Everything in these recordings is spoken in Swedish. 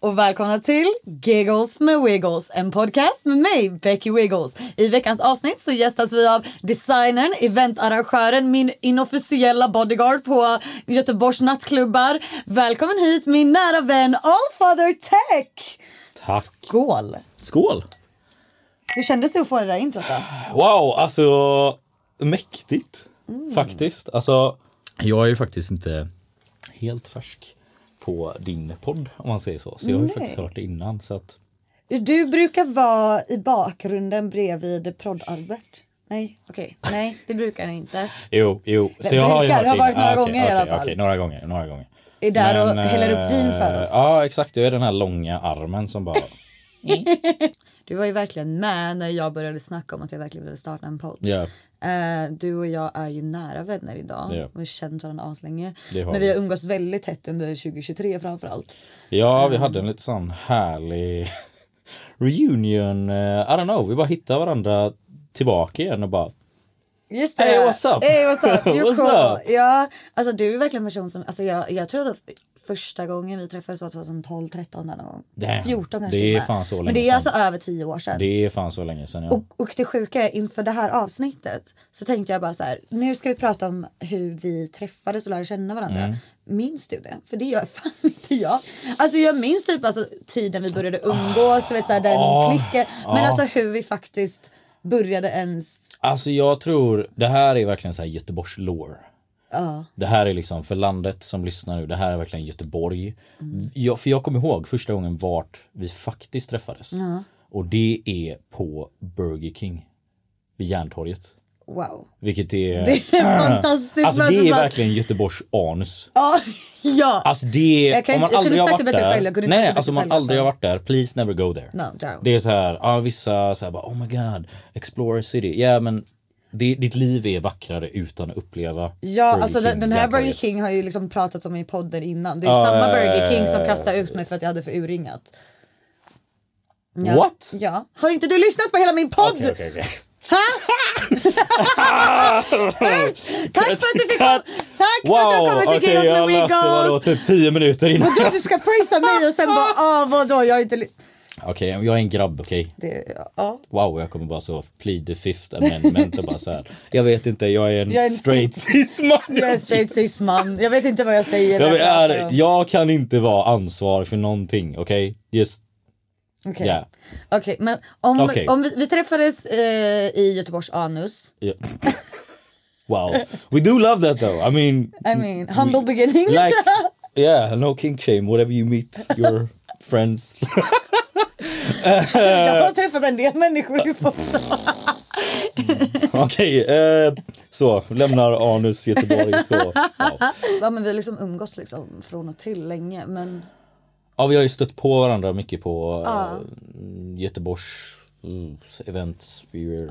och välkomna till Giggles med Wiggles, en podcast med mig, Becky Wiggles. I veckans avsnitt så gästas vi av designern, eventarrangören, min inofficiella bodyguard på Göteborgs nattklubbar. Välkommen hit min nära vän Allfather Tech! Tack. Skål! Skål! Hur kändes det att få det där introt då? Wow, alltså mäktigt Mm. faktiskt. Alltså, jag är ju faktiskt inte helt färsk på din podd om man säger så. Så jag har ju faktiskt hört det innan. Så att, Du brukar vara i bakgrunden bredvid Prod-Albert. Nej, okej. Nej, det brukar ni inte. jo, jo. Så Det jag har ju brukar hört ha det varit innan. några Ah, okej, gånger i alla okej, fall. okej, några gånger, några gånger. Är där och häller upp vin eh, för oss. Ja, exakt. Det är den här långa armen som bara... Du var ju verkligen med när jag började snacka om att jag verkligen ville starta en podd. Ja, Eh, du och jag är ju nära vänner idag. Ja. Vi har känt varandra aslänge. Det har Men vi vi. har umgåtts väldigt tätt under 2023 framförallt. ja vi hade en lite sån härlig reunion. eh, I don't know, vi bara hittade varandra tillbaka igen och bara... Just det. Hey, what's up? Hey, what's up? You What's cool. up? Ja, alltså du är verkligen en person som, alltså jag, jag tror att första gången vi träffades var 2012, 13 någon gång. Damn, 14 kanske det till och är med. fan så Men länge det är alltså sedan. över 10 år sedan. Det är fan så länge sedan. Ja. Och, och det sjuka är inför det här avsnittet så tänkte jag bara så här. Nu ska vi prata om hur vi träffades och lärde känna varandra. Mm. Minns du det? För det gör fan inte jag. Alltså jag minns typ alltså tiden vi började umgås, du vet så här, den Ah. klicken. Men alltså hur vi faktiskt började ens. Alltså jag tror, det här är verkligen så här Göteborgs lore. Det här är liksom för landet som lyssnar nu, det här är verkligen Göteborg. Jag, för jag kommer ihåg första gången vart vi faktiskt träffades. Och det är på Burger King. Vid Järntorget. Wow. Vilket är... Det är fantastiskt. alltså men det är så här- verkligen Göteborgs anus. Ja. ja. Alltså det, Jag kan om inte- man jag kunde aldrig har sagt det varit bättre själv, där, jag kunde nej, inte sagt nej det alltså om man bättre själv, aldrig har alltså. varit där, please never go there. No, don't. det är så här, ja vissa så här bara, oh my god, explore a city. Ja men det, ditt liv är vackrare utan att uppleva Ja, Burger alltså den, King, den här Jävlar, Burger vet. King har ju liksom pratats om i podden innan. Det är Ah, samma Burger King som kastade ut mig för att jag hade för urringat. Ja. What? Ja. Har inte du lyssnat på hela min podd? Okej, okej, okej. Ha? Tack för att du fick komma. Tack för att du Wow, kom okej till Giggles jag med läste vadå, Wiggles. typ 10 minuter innan. Vadå du ska prisa mig och sen bara ah vadå jag har inte... ly- Okej, jag är en grabb, okej. Det, ja. Wow, jag kommer bara så plead the fifth amendment och bara så här. Jag vet inte, jag är en, Jag är en straight cis man. Jag är straight cis man. Jag vet inte vad jag säger. Jag, när men, pratar är, om- jag kan inte vara ansvarig för någonting, okej? Just, Okej. ja. Okej, men om, Okej. om vi, vi träffades eh, i Göteborgs anus. ja. wow. We do love that though. I mean, I mean, humble beginnings. Mm. like, yeah, no kink shame, whatever you meet your friends. jag har eh, träffat en del människor i Fossa. okej, eh, så. Lämnar anus Göteborg så. Wow. Ja, men vi har liksom umgåtts liksom från och till länge. Men Ja, vi har ju stött på varandra mycket på eh, Göteborgs mm, events. We were,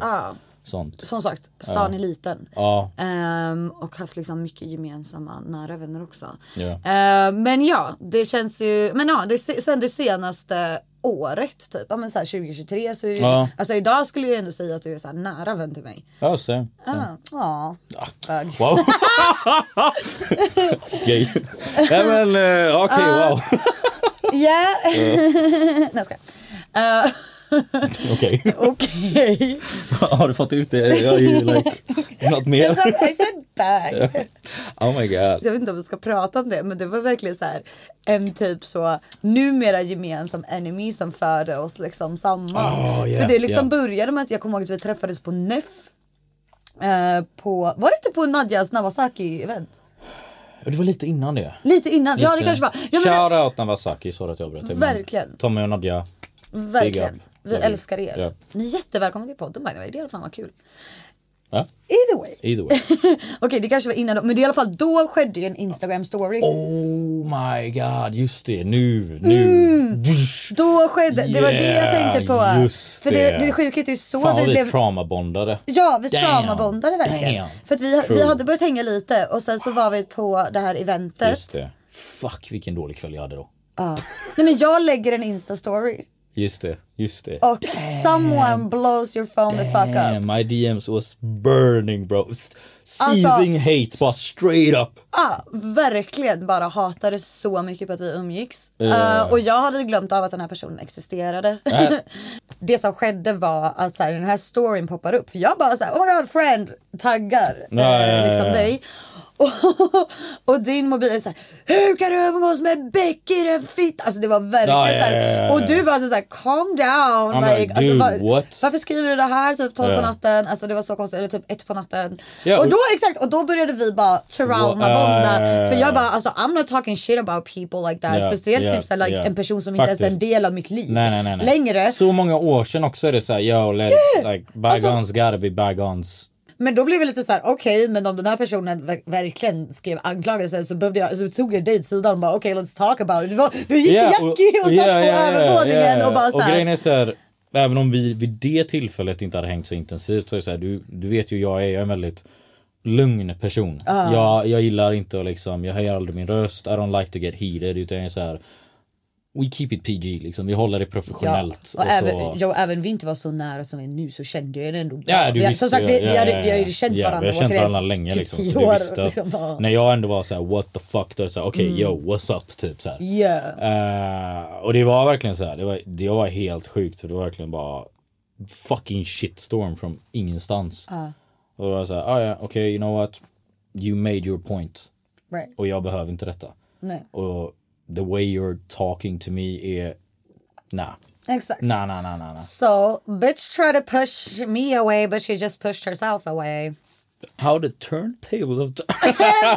sånt. Som sagt, stan är liten. Ja, Ehm, och haft liksom mycket gemensamma nära vänner också. Ja. Ehm, men ja, det känns ju, men ja, det, se- sen det senaste året typ, ja men så här 2023 så är det, Ja. alltså idag skulle jag ändå säga att du är så här nära vän till mig. Ah, ja same. Ja, ja. Bög. Wow. Gay. Nej men eh, okej wow. Ja. Nej jag skojar. Ehm, Okej. Okej. Har du fått ut det? Jag är ju like något mer. I said bög. Oh my god. jag vet inte om vi ska prata om det men det var verkligen så här en typ så numera gemensam enemy som förde oss liksom samman. Ah, yeah, För det liksom yeah. började med att jag kommer ihåg att vi träffades på NEF. Eh, på, var det inte på Nadjas Nawasaki event? Det var lite innan det. Lite innan, ja det Lite- kanske var. Ja, men, Shoutout Nawasaki, sorry att jag bröt dig. men Verkligen. Tommy och Nadja. verkligen. Big up. Vi älskar er. Ja. Ni är jättevälkomna till podden by the way, det är fan vad kul. Ja, Either way. either way. Okej det kanske var innan då, men det i alla fall då skedde ju en Instagram story. Oh my god, just det. Nu, nu. Mm. Då skedde, det var det jag Yeah, tänkte på. just För det, det. det sjukhet är ju så Fan vad vi vi blev traumabondade. Ja vi Damn. traumabondade verkligen. Damn. För att vi, Cool. vi hade börjat hänga lite och sen så var vi på det här eventet. Just det. Fuck vilken dålig kväll jag hade då. Nej men jag lägger en instastory Just det, just det. och someone blows your phone the fuck up. Damn, my DMs was burning bro. S- Alltså- Seething hate bara straight up. Ja, verkligen bara hatade så mycket på att vi umgicks. Eh, och jag hade glömt av att den här personen existerade. Äh, det som skedde var att så här, den här storyn poppar upp. För jag bara såhär, oh my god friend, taggar Ja, eh, ja, ja, liksom ja. dig. Och, och din mobil är såhär, hur kan du umgås med Becky den fitt? Alltså det var verkligen Ja, ja, ja, såhär. ja, ja. Och du bara såhär, calm down. alltså, I'm like, dude, what? varför skriver du det här typ 12 Ja. på natten? Alltså det var så konstigt, eller typ 1 på natten. Ja, och och- då exakt, och då började vi bara traumabonda. Ja, För jag bara, alltså I'm not talking shit about people like that. Ja, Speciellt ja, typ såhär, like, ja. en person som inte ens är Faktiskt. en del av mitt liv Nej, nej, nej, nej. längre. Alltså- Så många år sedan också är det såhär, yo, let, like, bygones gotta be bygones. Men då blev jag lite så här: okej men om den här personen ver- verkligen skrev anklagelser så, behövde jag, så tog jag dig till sidan och bara okej let's talk about it. Det var, vi gick till Jackie och satt på övervåningen och bara och grejen såhär. är såhär, även om vi vid det tillfället inte hade hängt så intensivt så är det såhär, du, du vet ju jag är, jag är en väldigt lugn person. Jag, jag gillar inte att liksom, jag höjer aldrig min röst, I don't like to get heated utan jag är såhär We keep it PG liksom, vi håller det professionellt. och, och även, så- ja, och även vi inte var så nära som vi är nu så kände jag det ändå bra. Ja, du vi, visste som sagt, ju- vi, ja, vi, hade, ja, vi har ju ja. känt Ja, varandra. Vi har känt åtminstone varandå länge typ liksom. tio Så du år, visste att liksom, ja. Mm. när jag ändå var så här, what the fuck, då är det såhär, okej yo, what's up, typ så här. Yeah. Eh, och det var verkligen så här, det var, det var helt sjukt för det var verkligen bara fucking shitstorm från ingenstans. Och då var jag såhär, ah, ja, okej you know what, you made your point Right. och jag behöver inte detta. Nej. Och the way you're talking to me är, nah, Exakt. nah, nah, nah, nah. nah. So bitch tried to push me away but she just pushed herself away. How the turntables of time.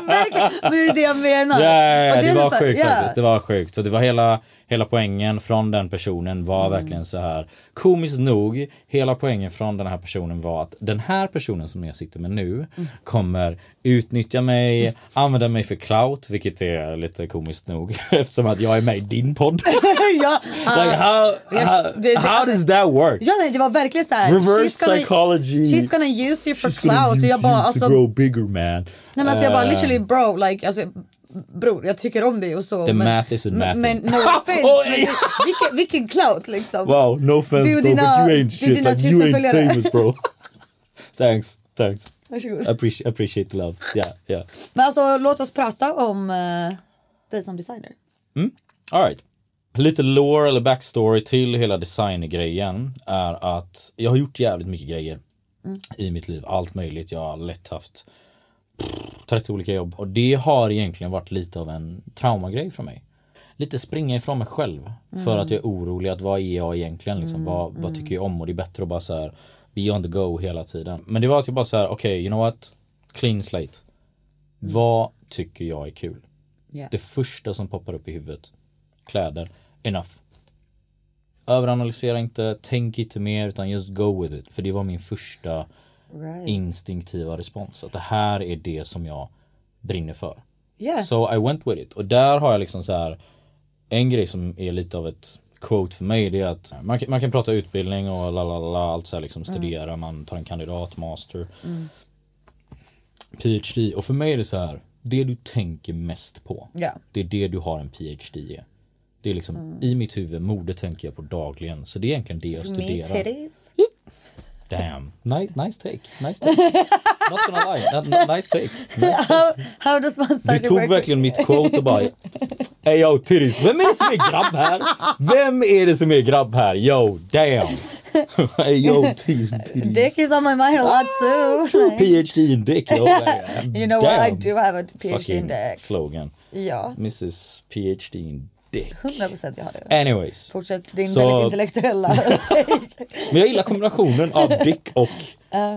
Verkligen. Men det är det jag menar. Ja, ja, ja, Och det, är var så här, sjukt ja. faktiskt. Det var sjukt. Så det var hela, hela poängen från den personen var Mm. verkligen så här. Komiskt nog, hela poängen från den här personen var att den här personen som jag sitter med nu Mm. kommer utnyttja mig, använda mig för clout, vilket är lite komiskt nog eftersom att jag är med i din podd. ja, like how, how, det- det- how does that work? Ja nej det var verkligen såhär. Reverse she's gonna- psychology. She's gonna use you for She's gonna clout. Och use jag bara you to alltså. Nej grow bigger man. men alltså jag bara literally bro like alltså. Bror jag tycker om dig och så. The men, math isn't men, mathing. men no offense. Oj! men vi- vilken, vilken clout liksom. Wow, no offense Du och bro, dina- but you du och ain't shit. dina Like, you tusen ain't följare. famous bro. thanks, thanks. Varsågod. Appreciate, appreciate the love. Yeah, yeah. Men alltså låt oss prata om uh, dig som designer. All right. Lite lore eller backstory till hela designgrejen är att jag har gjort jävligt mycket grejer i mitt liv. Allt möjligt. Jag har lätt haft 30 olika jobb. Och det har egentligen varit lite av en traumagrej för mig. Lite springa ifrån mig själv. För att jag är orolig att vad är jag egentligen? Liksom? Vad, vad tycker jag om? Och det är bättre att bara så här be on the go hela tiden. Men det var att jag bara så här, okej, you know what? Clean slate. Vad tycker jag är kul? Yeah. Det första som poppar upp i huvudet. Kläder. Enough. Överanalysera inte, tänk inte mer utan just go with it. För det var min första Right. instinktiva respons. Att det här är det som jag brinner för. Yeah. So I went with it. Och där har jag liksom så här en grej som är lite av ett quote för mig det är att man, kan- man kan prata utbildning och la la la, la allt så här liksom studera, man tar en kandidat, master, PhD och för mig är det så här det du tänker mest på Ja. det är det du har en PhD i. Det är liksom i mitt huvud, mode tänker jag på dagligen så det är egentligen det jag Me studerar. titties. Damn, nice, nice take, nice take. Not gonna lie, N- n- nice take. Nice How, how does one Du start a tog work- verkligen mitt quote och bara Hey yo Tiris, vem är det som är grabb här? Vem är det som är grabb här? Yo damn! hey yo Tiris, Tiris. Dick is on my mind a lot too. Like, PhD in dick, yo damn. you know what? I Damn. do have a PhD Fucking in dick. slogan. Ja, Mrs PhD in dick. 100% jag har det. Anyways. Fortsätt din Så- väldigt intellektuella Men jag gillar kombinationen av dick och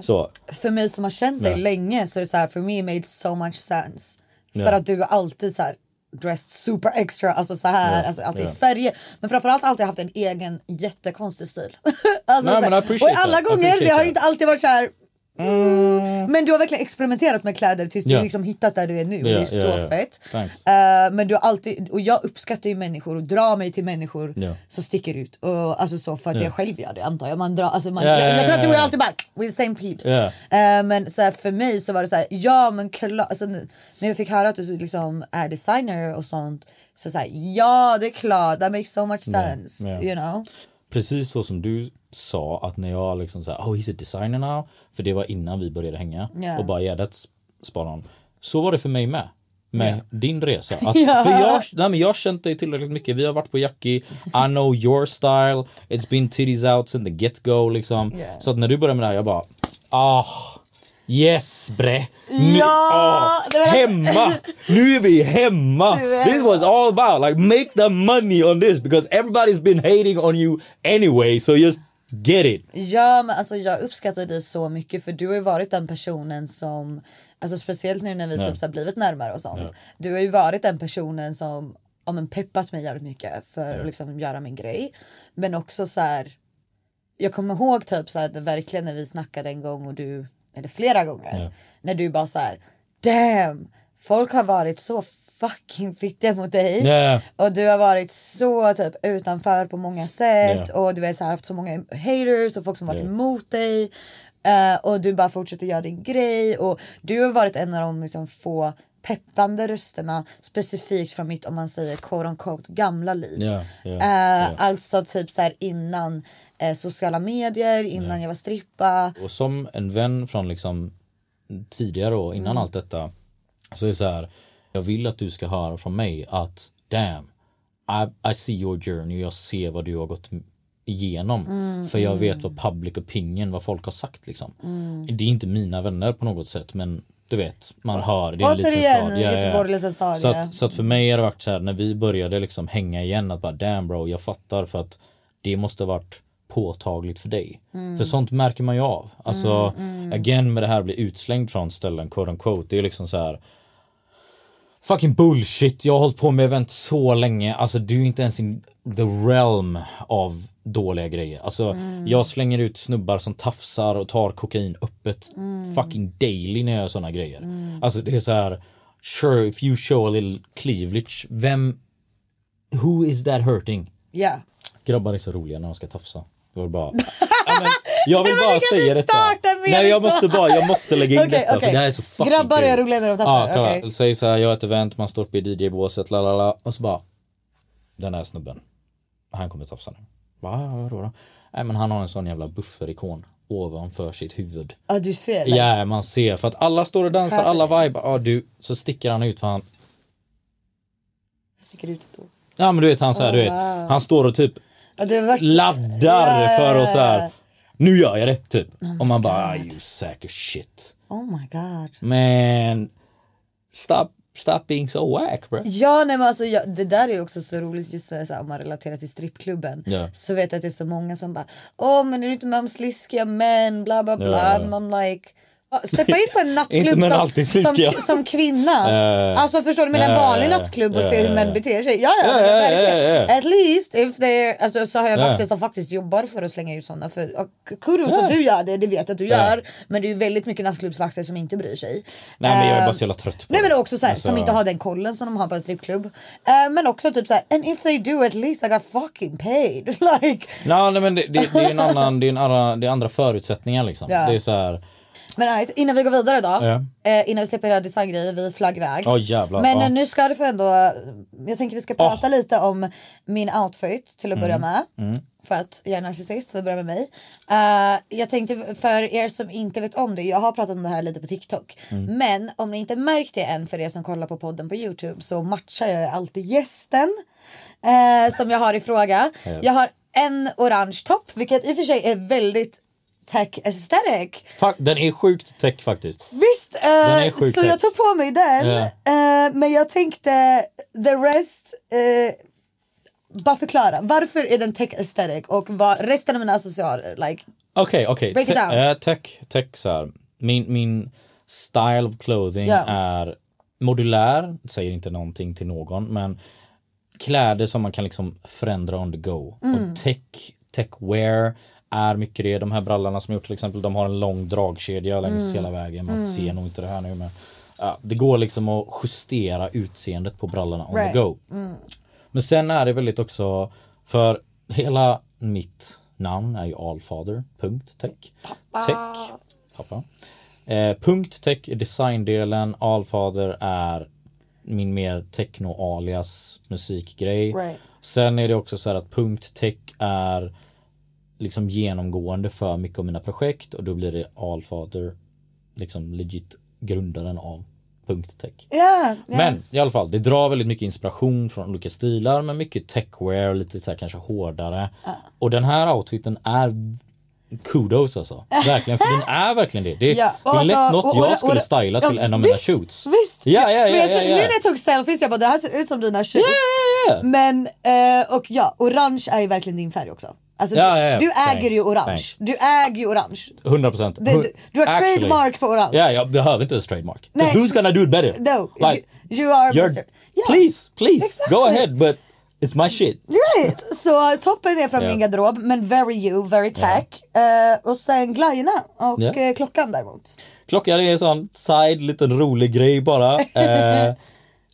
så. För mig som har känt dig Ja. länge så är det så här, för mig made so much sense. För Ja. att du är alltid så här dressed super extra, alltså så här, Ja, alltså alltid ja. i färger. Men framförallt alltid haft en egen jättekonstig stil. alltså, Nej, så här, men I och appreciate i alla that, I gånger, det appreciate har that. Mm. inte alltid varit så här. mm. Men du har verkligen experimenterat med kläder tills Ja. du liksom hittat där du är nu och Ja, det är så ja, ja. fett. Thanks. Eh, men du har alltid, och jag uppskattar ju människor och drar mig till människor Ja. som sticker ut. Och, alltså så för att jag själv gör det antar jag. Man drar, alltså man, Ja, ja, jag, jag tror att du ja, och jag ja. alltid bara with the same peeps. Ja. Eh, men så här, för mig så var det så här, ja men klar, alltså, n- när jag fick höra att du liksom är designer och sånt så såhär, ja det är klart, that makes so much sense. ja. You know? precis så som du sa att när jag liksom såhär, oh he's a designer now. För det var innan vi började hänga. Ja. Och bara yeah that's spot on. Så var det för mig med. Med din resa. Att, Ja. För jag, nej, men jag har känt dig tillräckligt mycket. Vi har varit på Jackie. I know your style. It's been titties out since the get go liksom. Ja. Så att när du började med det här jag bara, ah. Yes bre! Nu, Ja, ah, det var- hemma! Nu är vi hemma! This was all about like make the money on this because everybody's been hating on you anyway so just get it. Ja men alltså jag uppskattar dig så mycket för du har ju varit den personen som, alltså speciellt nu när vi typ så här blivit närmare och sånt. Du har ju varit den personen som ja, men peppat mig jävligt mycket för att liksom göra min grej. Men också så här. jag kommer ihåg typ så här, det verkligen när vi snackade en gång och du, eller flera gånger, när du bara så här, damn, folk har varit så fucking fittiga mot dig. Ja. Och du har varit så typ utanför på många sätt Ja. och du har så här, haft så många haters och folk som varit emot dig. Eh, och du bara fortsätter göra din grej och du har varit en av de liksom, få peppande rösterna specifikt från mitt om man säger quote unquote gamla liv. Ja, ja, Eh, ja. Alltså typ så här innan eh, sociala medier, innan jag var strippa. Och som en vän från liksom tidigare och innan Mm. allt detta så är det så här jag vill att du ska höra från mig att damn I, I see your journey jag ser vad du har gått igenom Mm, för jag vet vad public opinion vad folk har sagt liksom. Mm. Det är inte mina vänner på något sätt men du vet man hör det är en liten Återigen, stad. Ja, ja, ja. Göteborg, liten stad, Så ja. att, så att för mig har det varit så här när vi började liksom hänga igen att bara damn bro jag fattar för att det måste ha varit påtagligt för dig. För sånt märker man ju av. Alltså again med det här bli utslängd från ställen quote unquote det är liksom så här Fucking bullshit, jag har hållit på med event så länge, alltså du är inte ens in the realm av dåliga grejer. Alltså jag slänger ut snubbar som tafsar och tar kokain öppet fucking daily när jag gör såna grejer. Alltså det är så här, sure if you show a little cleavage, vem, who is that hurting? Ja. Grabbar är så roliga när de ska tafsa. Det var bara... ja, men, jag vill Nej, men bara du kan säga inte detta. starta med Nej, jag så. måste bara, jag måste lägga in Okej, detta okej. för det här är så fucking Grabbar kul. är roliga när de tafsar, Ja, kolla. okej. Säg så här, jag har ett event, man står uppe i DJ-båset, la la la och så bara den här snubben, han kommer tafsa nu. Bara, "Ja, vadå då? Nej men han har en sån jävla bufferikon ovanför sitt huvud. Ja du ser. Ja, man ser. För att alla står och dansar, alla vibar. Ja, du. Så sticker han ut för han... Sticker ut då. Ja, men du vet han så här, du vet. Han står och typ Ja, du har varit... laddar för att så här. Nu gör jag det, typ. och man bara, ah, you sack of shit. Oh my god. Men stop, stop being so whack bro. Ja, nej, men alltså, jag, det där är ju också så roligt just så här, om man relaterar till strippklubben. Ja. Så vet jag att det är så många som bara Åh men är du inte med om sliskiga män? Bla bla bla. Ja, ja, ja. Man like Ja, Steppa in på en Inte nattklubb men som, alltid sliskiga. som, ki- som kvinna. alltså förstår du, men en eh, vanlig nattklubb och eh, se hur män eh. beter sig. Ja, ja, Eh, men eh, verkligen. eh, eh. At least if they alltså, så har jag Eh. vakter som faktiskt jobbar för att slänga ut sådana. För, och kudos att du gör det, det vet jag att du gör. Men det är ju väldigt mycket nattklubbsvakter som inte bryr sig. Nej men jag är Eh, bara så jävla trött på Nej men det. också såhär, som Alltså, inte har den kollen som de har på en strippklubb. Eh, men också typ såhär, and if they do at least I got fucking paid. like, Nej, nej men det, det, det är en annan, det är en andra, det är andra förutsättningar liksom. Ja. Det är så här, men right, innan vi går vidare då, Ja. eh, innan vi släpper hela designgrejer, vi flagg iväg. Ja, jävlar, men ja. Ah. eh, nu ska du få ändå, jag tänker vi ska prata lite om min outfit till att börja Mm. med. För att jag är narcissist, så vi börjar med mig. Eh, jag tänkte för er som inte vet om det, jag har pratat om det här lite på TikTok. Mm. Men om ni inte märkt det än för er som kollar på podden på Youtube så matchar jag alltid gästen eh, som jag har i fråga. Jag har en orange topp vilket i och för sig är väldigt tech aesthetic. fuck, den är sjukt tech faktiskt. Visst, eh, är sjuk så jag text. tog på mig den. Ja. Eh, men jag tänkte the rest. Eh, bara förklara, varför är den tech aesthetic och vad resten av mina accessoarer like? Okej, okej. Break it Te- down. eh, tech, tech så här. Min, min style of clothing Ja. är modulär, säger inte någonting till någon, men kläder som man kan liksom förändra on the go. Och tech, techwear är mycket det. De här brallarna som jag gjort till exempel, de har en lång dragkedja längs hela vägen. Man ser nog inte det här nu men ja, det går liksom att justera utseendet på brallorna on Right. the go. Men sen är det väldigt också för hela mitt namn är ju allfather.tech. Tech. Pappa. Eh, punkt tech är designdelen, allfather är min mer techno-alias musikgrej. Right. Sen är det också så här att punkt tech är liksom genomgående för mycket av mina projekt och då blir det allfather, liksom legit grundaren av punkt tech. Ja, ja. Men i alla fall, det drar väldigt mycket inspiration från olika stilar men mycket techwear, lite så här kanske hårdare. Och den här outfiten är kudos alltså. Verkligen, för den är verkligen det. Det, Ja, det är lätt alltså, något och- och- jag och- skulle styla till ja, en av mina visst, shoots. Visst! Ja, ja, ja, men jag, ja, kände- ja. Nu när jag tog selfies jag bara det här ser ut som dina shorts. Ja, ja, ja. Men eh, och ja, orange är ju verkligen din färg också. Alltså, Ja, du, ja, ja. du äger Thanks, ju orange. thanks. Du äger ju orange. 100 procent. Det- du- du har trademark på orange. Ja, jag behöver inte ens trademark. Nej. 'Cause Who's gonna do it better? No, Like, you, you are you're, Mr. Ja. Please, please, go Exactly. ahead but it's my shit. Right. Så toppen är från Ja. min garderob men very you, very tack. Eh, och sen glajjorna och Ja. eh, klockan däremot. Klockan är en sån side, liten rolig grej bara. Eh,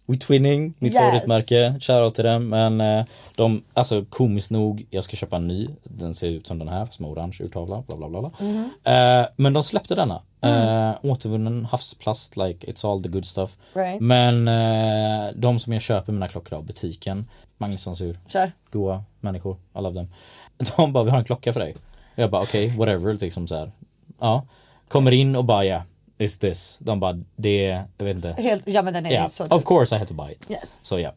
We Twinning, mitt Yes. favoritmärke. Shoutout till dem. Men eh, de, alltså komiskt nog, jag ska köpa en ny. Den ser ut som den här, fast med orange urtavla. Bla, bla, bla, bla. Mhm. Eh, men de släppte denna. Mm. Eh, återvunnen havsplast, like it's all the good stuff. Right. Men eh, de som jag köper mina klockor av, butiken, Magnussons ur Kör. goa människor, I love them. De bara, vi har en klocka för dig. Jag bara, okej, whatever, liksom så här. Ja. Kommer in och bara, yeah, is this? De bara, det, är- jag vet inte. Helt, ja men den är Yeah, så of course I had to buy it. Yes. Så ja.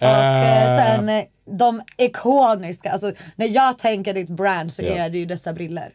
Och eh, sen eh, de ikoniska, alltså när jag tänker ditt brand så Ja. är det ju dessa briller.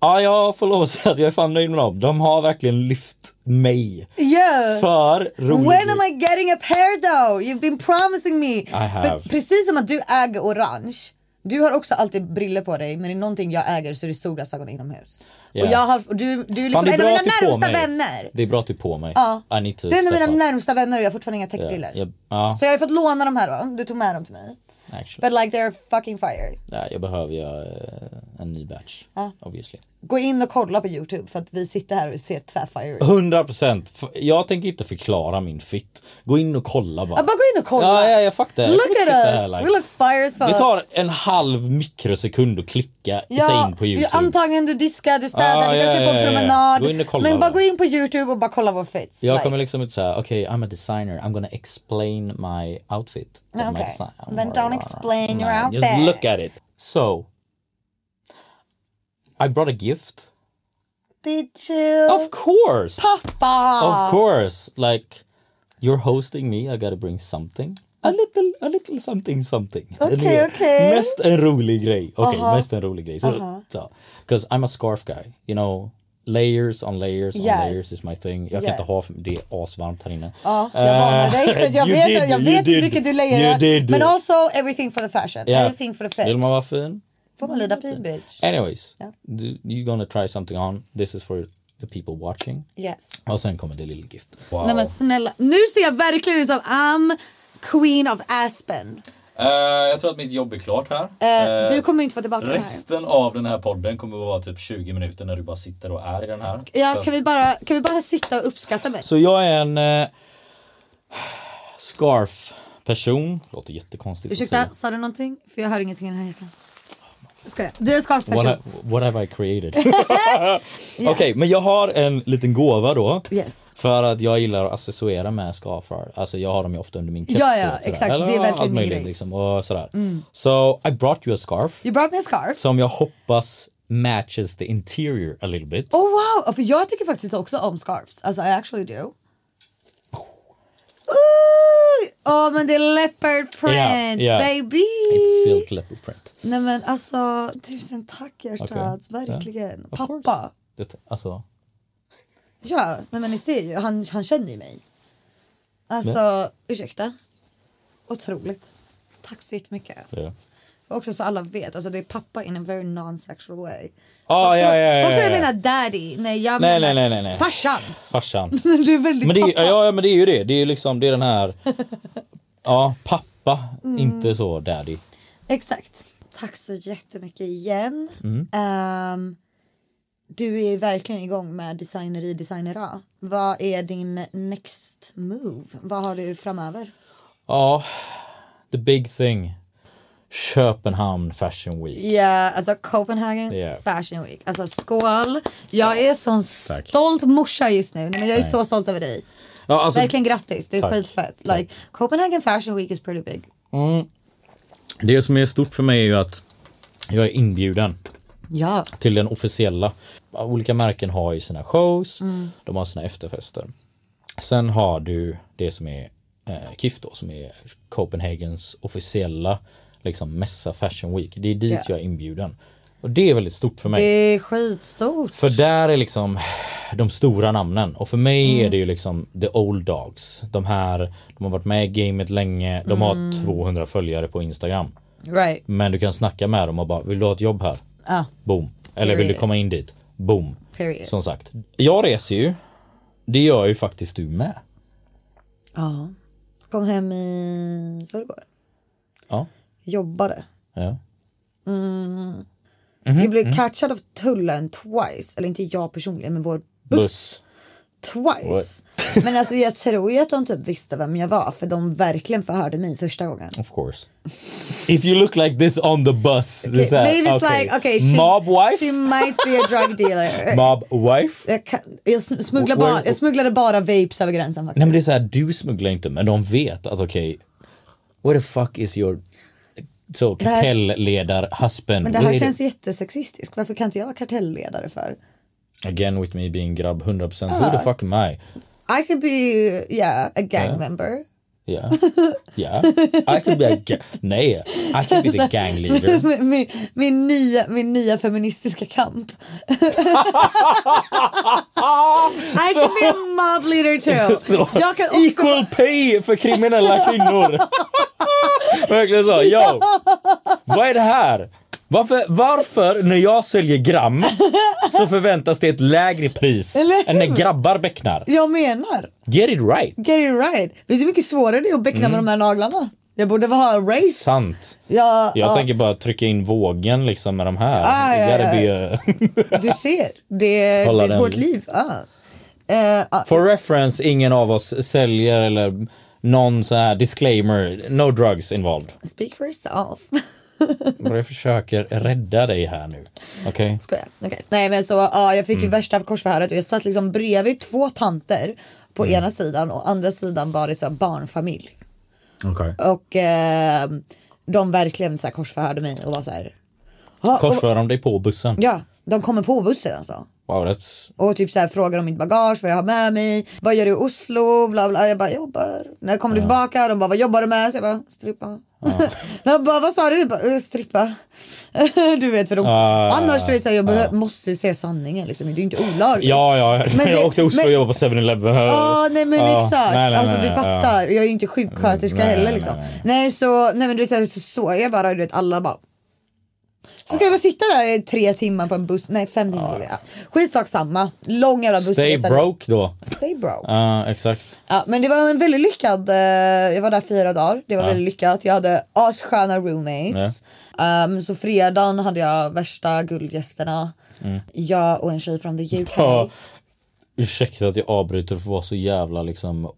Ja, jag får lov att säga att jag är fan nöjd med dem. De har verkligen lyft mig. Yeah. För rolig When am I getting a pair though? You've been promising me. have. För precis som att du äger orange, du har också alltid briller på dig men är någonting jag äger så är det solglasögon inomhus. Yeah. Och jag har, och du, du är liksom Fan, det är en av bra mina att du är på närmsta mig. vänner. Det är bra att du är på mig. I need to Du är en av step mina up. närmsta vänner och jag har fortfarande inga techbriller. Jag, Typ ja, Så jag har fått låna de här då, du tog med dem till mig. actually. But like they're fucking fire. Nej, jag behöver ju eh, en ny batch. Obviously. Gå in och kolla på youtube för att vi sitter här och ser tvärfire. 100 procent. Jag tänker inte förklara min fit. Gå in och kolla bara. Ja, bara gå in och kolla. Ja, ja, jag fattar. Jag Look kan at sitta här, us, like- we look fire as fuck. Det tar en halv mikrosekund att klicka sig in på Youtube. ja, Antagligen du diskar, du städar, Ah, du ja, kanske är ja, på en ja, ja. promenad. Gå in och kolla men bara bara. gå in på youtube och bara kolla vår face. jag like. kommer liksom inte säga, okej, I'm a designer, I'm gonna explain my outfit. of my Okej. design." Then don't explain your Nej, Just outfit. look at it. So, I brought a gift. Did you? Of course! Pappa! Of course, like you're hosting me, I gotta bring something. A little, a little something something. Okej, okej. Mest en rolig grej. Okej, Uh-huh. mest en rolig grej. Så, så. Cause I'm a scarf guy, you know. Layers on layers on Yes. layers is my thing. Jag kan Yes. inte ha, för det är asvarmt här inne. Eh, Ja, jag varnar dig för att jag you vet, did, jag you vet hur did, mycket du you lejer did. Men also everything for the fashion, Yeah. everything for the fit. Vill man vara fin? Får man lida pi bitch? Anyways, Ja. du- you're gonna try something on. This is for The People Watching. Yes. Och sen kommer The Little Gift. Nej men snälla. Nu ser jag verkligen ut som I'm Queen of Aspen. Eh, jag tror att mitt jobb är klart här. Eh, Eh, du kommer inte få tillbaka den här. Resten av den här podden kommer att vara typ 20 minuter när du bara sitter och är i den här. Ja, Så- kan, vi bara, kan vi bara sitta och uppskatta mig? Så jag är en eh, scarf-person. Låter jättekonstigt Ursäkta, att säga. sa du någonting? För jag hör ingenting i den här jackan. Ska jag? Du är en scarfperson. What, I, what have I created? Okej, men jag har en liten gåva då. Yes. För att jag gillar att accessoera med scarfar. Alltså jag har dem ju ofta under min keps. Ja, ja, typ, sådär. exakt. Det är verkligen allt min möjligt, grej. Mm. Liksom, och sådär. So I brought you a scarf. You brought me a scarf. Som jag hoppas matches the interior a little bit. Oh wow! För jag tycker faktiskt också om scarves. Alltså I actually do. Ooh! Åh men det är leopard print Yeah, yeah. baby! It's silk leopard print. Nej men alltså tusen tack hjärtat. Okej. Verkligen. Of Pappa. course. Det, alltså, Ja, nej, men ni ser ju. Han, han känner ju mig. Alltså ursäkta. Otroligt. Tack så jättemycket. det. Och Också så alla vet, alltså det är pappa in a very non-sexual way. Ah, folk ja, ja, ja, folk tror jag ja, ja. menar daddy, nej jag Nej, menar nej, nej, nej, nej. farsan. Farsan. Du är väldigt Men det, är- pappa. ja, ja, men det är ju det. Det är liksom det är den här... Ja, pappa. Inte så daddy. Exakt. Tack så jättemycket igen. Mm. Ehm, du är verkligen igång med designeri designera. Vad är din next move? Vad har du framöver? Ja, the big thing. Köpenhamn Fashion Week. Ja, alltså Copenhagen Ja. Fashion Week. Alltså skål. Jag är sån Tack. stolt morsa just nu. Nej, men jag är så stolt över dig. Ja, alltså, Verkligen grattis, det är Tack. skitfett. Like, Copenhagen Fashion Week is pretty big. det som är stort för mig är ju att jag är inbjuden. Ja. till den officiella. Olika märken har ju sina shows, Mm. de har sina efterfester. Sen har du det som är eh, KIF då, som är Copenhagens officiella liksom, mässa Fashion Week. Det är dit Ja. jag är inbjuden. Och det är väldigt stort för mig. Det är skitstort. För där är liksom de stora namnen och för mig Mm. är det ju liksom the old dogs. De här, de har varit med i gamet länge, Mm. de har 200 följare på Instagram. Right. Men du kan snacka med dem och bara, vill du ha ett jobb här? Ah, Boom. Eller vill du Period. komma in dit? Boom. period. Som sagt. Jag reser ju. Det gör ju faktiskt du med. Ja. Kom hem i förrgår. Ja. Jobbade. ja. Mhm, Vi blev catchade av tullen twice. Eller inte jag personligen men vår buss, Buss. twice. Men alltså jag tror ju att de typ visste vem jag var för de verkligen förhörde mig första gången. Of course. If you look like this on the bus. Okay. Okay, maybe it's like okay she, Mob wife? she might be a drug dealer. Mob wife? jag, kan, jag, smugglade Where- bara, jag smugglade bara vapes över gränsen faktiskt. Nej men det är så här, du smugglar inte men de vet att okej. what the fuck is your så här- kartellledar-husband? Men det här Wait- känns jättesexistiskt. Varför kan inte jag vara kartellledare för? Again with me being grabb 100%. Ah. Who the fuck am I? I could be yeah, a gang member. Yeah. Yeah. I could be a ga- Nej. I could be the gang leader. min, min, nya, min nya feministiska kamp. I could be a mob leader too. Så, Jag kan också equal pay för kriminella kvinnor. Verkligen så. Yo, vad är det här? Varför, varför när jag säljer gram så förväntas det ett lägre pris Eller än när grabbar becknar? Jag menar, Get it right. get it right. Vet du hur mycket svårare det är att beckna Mm. med de här naglarna? Jag borde ha race. Sant. Jag, Jag ja, tänker bara trycka in vågen liksom med de här. Ah, You ja, gotta ja, be a- Du ser, det är, det Hålla är ett den. hårt liv. Ah, Ja. Eh, ja. For reference, ingen av oss säljer eller någon så här disclaimer, no drugs involved. Speak for yourself. Och Jag försöker rädda dig här nu. Okej? Skojar. Okej. Nej men så ja, jag Mm. fick ju värsta korsförhöret och jag satt liksom bredvid två tanter på Mm. ena sidan och andra sidan var det så här barnfamilj. Okej. Och eh, de verkligen så här korsförhörde mig och var så här. "Ja, och, Korsför dem dig på bussen. ja, de kommer på bussen alltså. Wow, that's... Och typ så här frågar om mitt bagage, vad jag har med mig, vad gör du i Oslo, bla bla. Jag bara jobbar. När jag kommer tillbaka, de bara vad jobbar du med? Så jag bara strippa. De bara vad sa du? Jag bara, "Eh, strippa. du vet för de, annars du vet så här, jag behö- måste ju se sanningen liksom. Det är ju inte olagligt. Ja, ja. Men det- jag åkte till Oslo men- och jobbade på 7-Eleven. Ja, nej men Ja, exakt. nej, nej, alltså, nej, du nej, fattar. Jag är ju inte sjuksköterska Mm, nej, heller nej, liksom. Nej, nej, så, nej men du vet så, här, så, så jag bara, du vet alla bara. Så ska vi sitta där i tre timmar på en buss, nej fem timmar var det ja. Skitsak samma, lång jävla buss. Stay broke då. Stay broke. Ja, exakt. Ja, men det var en väldigt lyckad, eh, jag var där fyra dagar, det var väldigt lyckat. Jag hade assköna roommates. Ja. Ehm, så fredagen hade jag värsta guldgästerna. Jag och en tjej från the UK. Mm. Ja. Ursäkta att jag avbryter för att vara så jävla liksom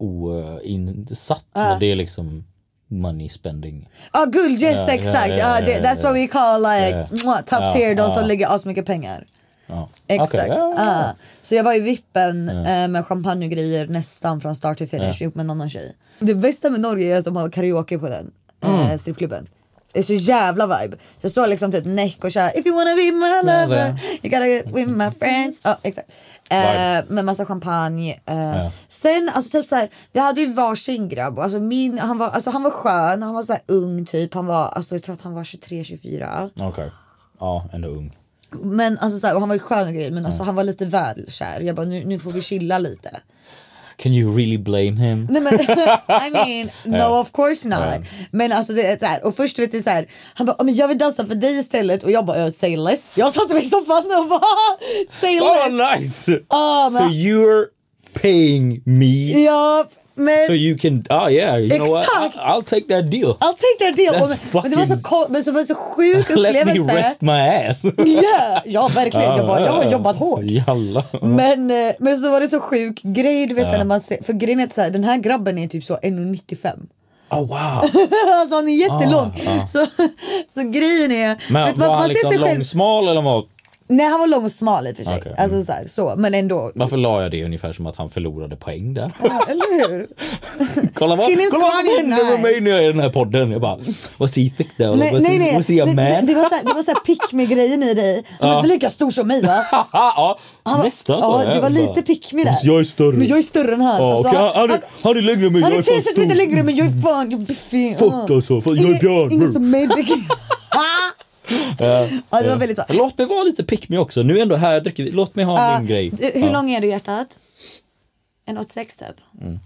oinsatt. Men det är liksom money spending. Ja, guldgäst Ja, Ah, exakt. ja, Ja, ja, ja, det- ja, that's ja. what we call like Ja. mwah, top Ja, tier, de ja. som lägger asmycket pengar. Ja. Exakt. Okej, ja, ja, ja. Så jag var i vippen eh, med champagne och grejer nästan från start till finish ihop med en annan tjej. Det bästa med Norge är att de har karaoke på den eh, Mm. strippklubben. Det är så jävla vibe. Jag står liksom till ett näck och kör If you wanna be my lover you gotta get with my friends. Ja, exakt. Vibe. Eh, med massa champagne. Eh, Sen alltså typ så här, vi hade ju varsin grabb. Alltså, min, han, var, alltså, han var skön, han var så här ung typ. Han var, alltså, jag tror att han var 23-24. Okej. Ja, ändå ung. Men alltså så här, och han var ju skön och grejer men alltså, han var lite väl kär. Jag bara nu, nu får vi chilla lite. Can you really blame him? Nej, men, I mean no of course not. Men alltså det är så här, och först vet du så här, han bara "Ja, men jag vill dansa för dig istället och jag bara "Eh, say less. Jag satte mig i soffan och bara say less. Oh nice! Ja, so men- you're paying me Ja men so you can... Ah yeah, you know what? Exakt. I- I'll take that deal. I'll take that deal. That's Och, men det var så, fucking- ko- men så var det så sjuk Let me upplevelse. rest Ah. my ass. Ja, ja verkligen. Jag, bara, jag har jobbat hårt. Jalla. Men, eh, men så var det så sjuk grej du vet Ah. så här, när man ser, för grejen är att så här, den här grabben är typ så 1,95. Oh wow. alltså han är jättelång. Så, så grejen är... vet Ah, Men du vad, var han ser liksom sig själv- långsmal eller var... Nej han var lång och smal i och för sig. Okej, mm. Alltså, så här, så, men ändå. Varför la jag det ungefär som att han förlorade poäng där? Ja, eller hur? Kolla vad, Skin is kolla vad good is händer med nice. mig när jag är i den här podden. Jag bara, was he thick though? nej, was, nej, he, nej. was he a Det, det, man? Ah. det var så här, det var så här pick me grejen i dig. Han var inte lika stor som mig va? Haha, Ah, ja, var- nästan så. ja, det var lite pick me där. Jag är större. Men jag är större än han. Ja, Alltså, "Ah, okej, han- han, han, han- han är längre än mig, Han jag är är för 10 centimeter stor. längre men jag är fan jag är biffig. Fuck, alltså, fan, jag är björn, Ingen bror. som mig. ja, det var väldigt så. Låt mig vara lite pick me också. Nu är jag ändå här, jag dricker, låt mig ha min grej. Du, Hur lång är du i hjärtat? 1,86 typ. Mm.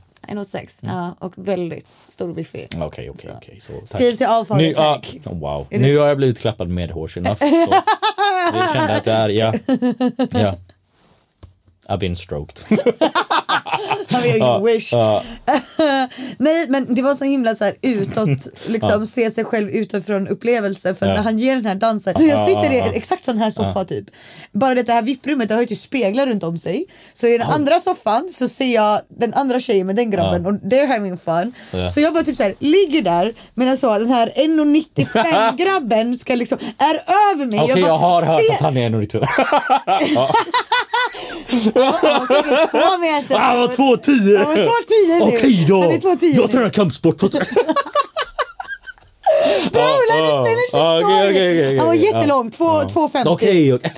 1,86 ja, och väldigt stor och biffig. Okej, okej, okej. så, tack. Skriv till Alfa nu, ja, tack. oh, Wow, nu har jag blivit klappad med horse enough. Så. Jag kände att det är, ja. ja. I've been stroked. Han vill ju wish. Nej men det var så himla så här utåt, liksom se sig själv utifrån upplevelse för när han ger den här dansen. Så jag sitter i exakt sån här soffa typ. Bara det här vipprummet det har ju typ speglar runt om sig. Så i den andra soffan så ser jag den andra tjejen med den grabben och det här är min fan. Så jag bara typ så här ligger där medan så den här 1,95 grabben ska liksom, är över mig. Okej, bara, jag har hört ser- att han är en orditur. Han var säkert två meter. Han var 2,10! Han var 2,10 nu. Ah, Okej då! Han är 2,10 jag nu. tränar kampsport. För... Bror, han Ah, är finish the ah, okej, story. okej, okej, okej. Han var jättelång, två- 2,50. Okej, okej.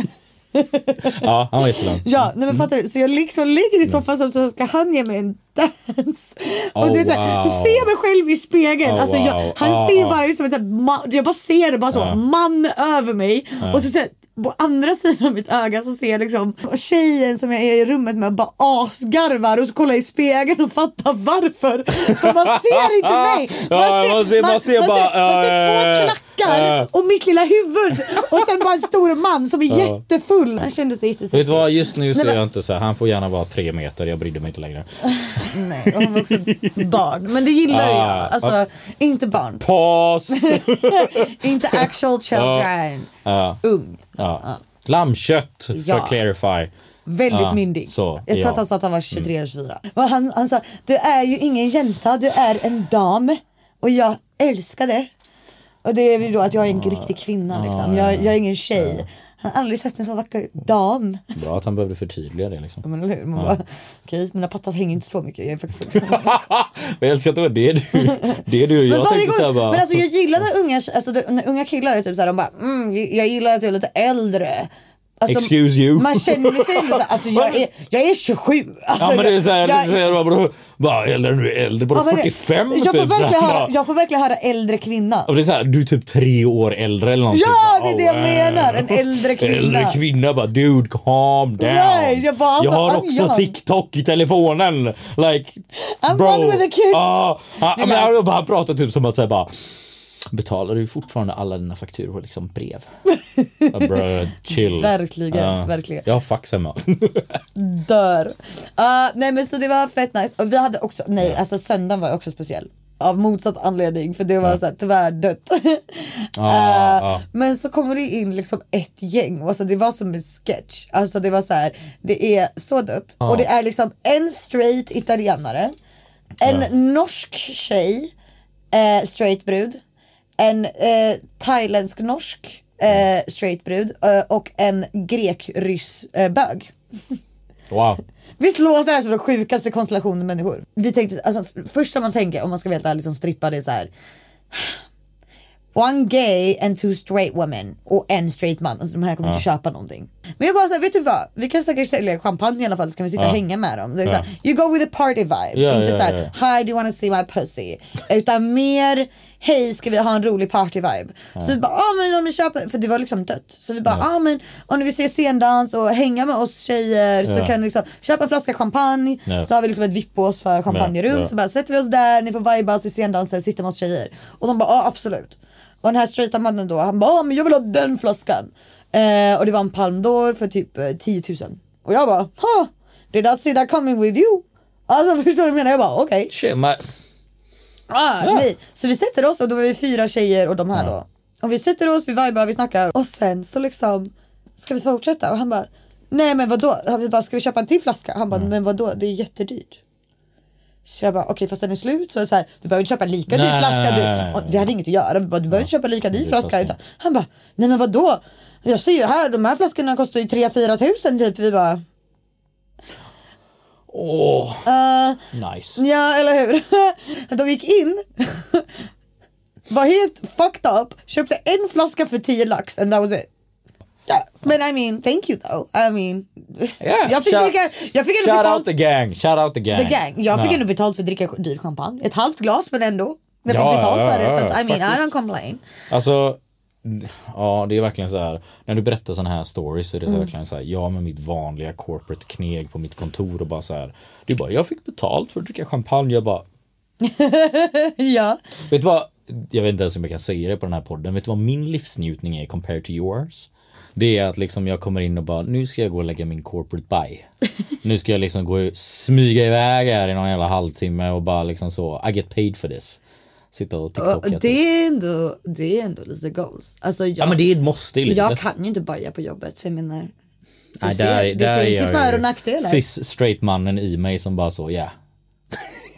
Ja, han var jättelång. Ja, nej men fattar du? Så jag liksom ligger i soffan som så ska han ge mig en dans. Oh, och du vet, så, här, så wow. ser jag mig själv i spegeln. Oh, alltså, jag, wow. Han Ah, ser ah. bara ut som ett man, jag bara ser det bara så, man över mig. Ah. Och så, så här, på andra sidan av mitt öga så ser jag liksom tjejen som jag är i rummet med bara asgarvar och så kollar jag i spegeln och fattar varför. För man ser inte mig. Ja, man ser- man ser man, bara, man ser eh, två klackar eh. och mitt lilla huvud och sen bara en stor man som är jättefull. Han kände sig jättesexig. Vet du vad, just nu ser men- jag inte så här. Han får gärna vara tre meter, jag brydde mig inte längre. Nej, och hon var också barn. Men det gillar Ah, jag. Alltså, inte barn. Paus! Inte actual children. Ah, Ung. Ja. Lammkött, för Ja. att clarify. Väldigt Ah, myndig. så, jag tror ja. Mm. att han sa att han var 23 eller 24. Men han, han sa, du är ju ingen jänta, du är en dam. Och jag älskar det. Och det är ju då att jag är Ah, en riktig kvinna liksom. Jag, jag är ingen tjej. Han har aldrig sett en så vacker dam. Bra att han behövde förtydliga det liksom. Men eller hur? Man bara, okej mina pattar hänger inte så mycket, jag är 47. Jag älskar att det var det du... Det du Men, jag varje tänkte gång, såhär bara... men alltså jag gillar när unga, alltså, det- när unga killar är typ såhär, de bara mm, jag gillar att jag är lite äldre. Alltså, Excuse you. Man känner sig ändå såhär, alltså jag är, jag är 27. Alltså, Ja men det är såhär, jag- jag... så här, bara, bara, bara äldre nu äldre, bara ja, men det- 45 jag, får typ, så här, verkligen höra, bara. jag får verkligen höra äldre kvinna. Ja, men det är såhär, du är typ tre år äldre eller någonting. Ja, Bara, det är det jag "Wow." menar, en äldre kvinna. Äldre kvinna bara, dude calm down. Nej, jag bara, alltså, har I'm också young. TikTok i telefonen. Like, I'm bro. done with the kids. Ja, han, men, han, bara- han pratar typ som att säga bara Betalar du fortfarande alla dina fakturor liksom brev? Ja, bro, chill. Verkligen, Ja. verkligen. Eh, Jag har fax hemma. Dör. Ah, nej men så det var fett nice. Och vi hade också, nej alltså söndagen var också speciell. Av motsatt anledning för det var så här, tyvärr dött. Ah, Eh, ah. Men så kommer det in liksom ett gäng och alltså, det var som en sketch. Alltså det var så här, det är så dött. Och det är liksom en straight italienare, en norsk tjej, eh, straight brud, en eh, thailändsk norsk eh, straight brud eh, och en grek-ryss eh, bög. Wow. Visst låter det här som den sjukaste konstellationen människor? Vi tänkte, alltså, f- första man tänker om man ska veta liksom strippa det är så här. One gay and two straight women och en straight man. Alltså de här kommer inte köpa någonting. Men jag bara såhär, vet du vad? Vi kan säkert sälja champagne i alla fall så kan vi sitta och hänga med dem. Det är så här, you go with the party vibe. Ja, inte ja, så här, hi do you wanna see my pussy? Utan mer, hej ska vi ha en rolig party vibe. Så vi bara, ah men om ni köper, för det var liksom dött. Så vi bara, ah men om ni vill se scendans och hänga med oss tjejer så Ja. kan ni liksom köpa en flaska champagne. Ja. Så har vi liksom ett vippbås för champagnerum. Ja, ja. Så bara sätter vi oss där, ni får vibas i scendansen, sitta med oss tjejer. Och de bara, ja absolut. Och den här straighta mannen då, han bara, ah, men jag vill ha den flaskan. Eh, och det var en Palme d'Or för typ eh, 10 000. Och jag bara, ha, did I see that coming with you? Alltså förstår du vad jag menar? Jag bara okej. Tjena. Ah, nej. Så vi sätter oss och då var vi fyra tjejer och de här då. Och vi sätter oss, vi vibar, vi snackar och sen så liksom ska vi fortsätta och han bara nej men vadå? Och Vi bara ska vi köpa en till flaska? Han Mm. bara men vadå? Det är jättedyrt. Så jag bara okej fast den är slut så, är det så här, du behöver inte köpa en lika dyr Nej, nej, flaska. nej, nej, Du, nej. och vi hade inget att göra, vi bara, du behöver inte köpa en lika dyr är flaska. taskigt. Utan, han bara nej men vadå? Jag ser ju här de här flaskorna kostar ju 3-4 tusen typ. Vi bara Åh, eh, nice. Ja, eller hur? De gick in, var helt fucked up, köpte en flaska för 10 lax and that was it. Ja, men I mean, thank you though. I mean, Yeah, jag fick, shout- dricka, jag fick ändå Shout betalt, out the gang, shout out the gang. the gang. Jag fick Ja. ändå betalt för att dricka dyr champagne. Ett halvt glas men ändå. Jag fick Ja, betalt ja, för det ja, så att, I fuck mean I it. don't complain. Alltså, ja det är verkligen så här. När du berättar sådana här stories så är det så Mm. verkligen så här. Jag med mitt vanliga corporate kneg på mitt kontor och bara så här. Du bara, jag fick betalt för att dricka champagne. Jag bara, Ja. vet du vad? Jag vet inte ens om jag kan säga det på den här podden. Vet du vad min livsnjutning är compared to yours? Det är att liksom jag kommer in och bara, nu ska jag gå och lägga min corporate buy. Nu ska jag liksom gå och smyga iväg här i någon jävla halvtimme och bara liksom så, I get paid for this. Sitta och Och tiktoka. typ. det, är ändå, det är ändå lite goals. Alltså jag, Ja men det är ett måste i livet. jag kan ju inte baja på jobbet så jag menar. Du Nej, ser, där, det där finns är ju jag för- och nackdelar. Cis straight mannen i mig som bara så, ja.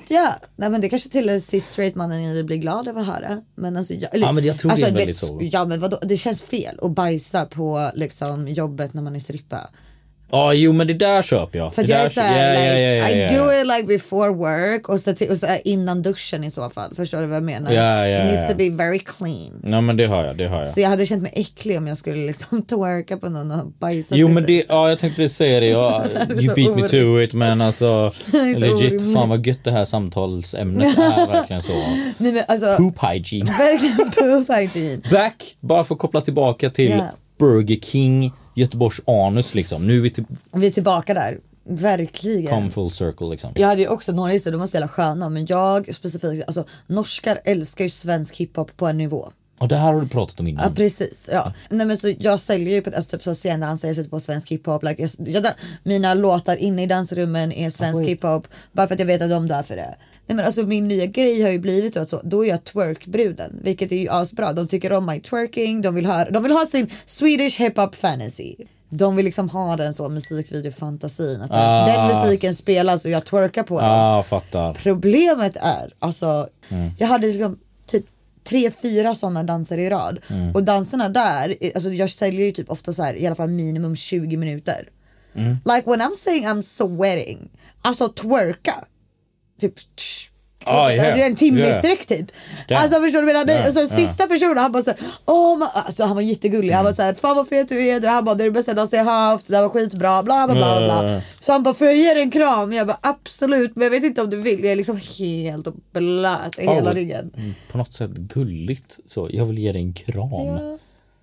Ja, nej men det kanske till och med sist straight mannen blir glad över att höra. Men alltså, jag, eller, Ja, men jag tror det alltså, är du väldigt vet, så. Ja men vadå, det känns fel att bajsa på liksom, jobbet när man är strippa. Ja, jo men det där köper jag. För att det jag där är såhär, köper- ja, like, ja, ja, ja, I ja. do it like before work och så, till, och så är innan duschen i så fall. Förstår du vad jag menar? Ja, ja, It needs ja. to be very clean. Nej men det har jag, det har jag. Så jag hade känt mig äcklig om jag skulle liksom twerka på någon och bajsa Jo men precis. det, ja jag tänkte säga det, ja, you så beat me to orimligt. it men alltså är så legit, orimligt. fan vad gött det här samtalsämnet är verkligen så. Nej men alltså, Poop hygiene. verkligen poop hygiene. Back, bara för att koppla tillbaka till Ja. Burger King, Göteborgs anus liksom. Nu är vi till, Vi är tillbaka där, verkligen. come full circle liksom. Jag hade ju också några historier, de var så jävla sköna men jag specifikt, alltså norskar älskar ju svensk hiphop på en nivå. Och det här har du pratat om Ja innan. precis, ja. Nej men så jag säljer ju på alltså, typ så scendanser, jag sätter på svensk hiphop, like, jag, jag, dan- mina låtar inne i dansrummen är svensk hiphop bara för att jag vet att de dör för det. Nej men alltså min nya grej har ju blivit att så, då är jag twerkbruden vilket är ju asbra, de tycker om my twerking, de vill ha, de vill ha sin Swedish hiphop fantasy. De vill liksom ha den så musikvideofantasin, att den musiken spelas och jag twerkar på den. Ah, fattar. Problemet är, alltså, jag hade liksom typ tre, fyra sådana danser i rad. Och danserna där, eh, alltså jag säljer ju typ ofta så här, i alla fall minimum 20 minuter. Like when I'm saying I'm sweating, alltså twerka. Typ tsch, Ah, yeah. alltså, en timme i Yeah. sträck typ. Damn. Alltså förstår du vad jag menar? Yeah, Och sen yeah. sista personen han bara såhär, oh, alltså, han var jättegullig. Han var såhär, fan vad fet du är, han bara det är det bästa dans jag har haft, det där var skitbra, bla bla bla. bla. Så han bara, får jag ge dig en kram? Jag bara absolut, men jag vet inte om du vill. Jag är liksom helt blöt i hela Oh. ryggen. På något sätt gulligt så, jag vill ge dig en kram.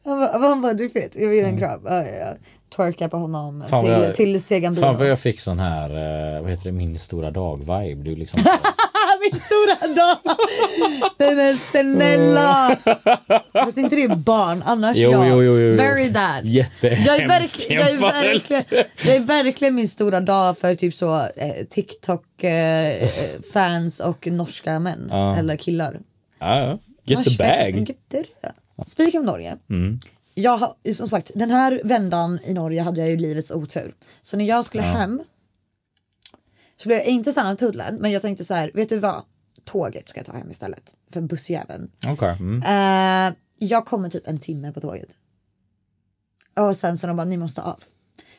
Han bara, han bara du är fet, jag vill ge dig en kram. Ja, ja, ja. Twerka på honom Mm. Fan till, vad jag- till segan Fan vad bilen. jag fick sån här, eh, vad heter det, min stora dag-vibe. Du liksom, min stora dag. Nej men snälla! Fast inte det är barn, annars Jo, ja. jo, jo, jo. Very that. Jättehemsk jag är, verk, jag, är jämförelse. verkligen, jag är verkligen min stora dag för typ så eh, TikTok-fans och norska män eller killar. Ja, ja. Get the Hashtag bag. Mm. get the bag. Speaking om Norge. Jag, har- som sagt, den här vändan i Norge hade jag ju livets otur. Så när jag skulle hem så blev jag inte stannad av tullen men jag tänkte så här, vet du vad? Tåget ska jag ta hem istället för bussjäveln. Okej. Mm. Eh, jag kommer typ en timme på tåget. Och sen så de bara, ni måste av.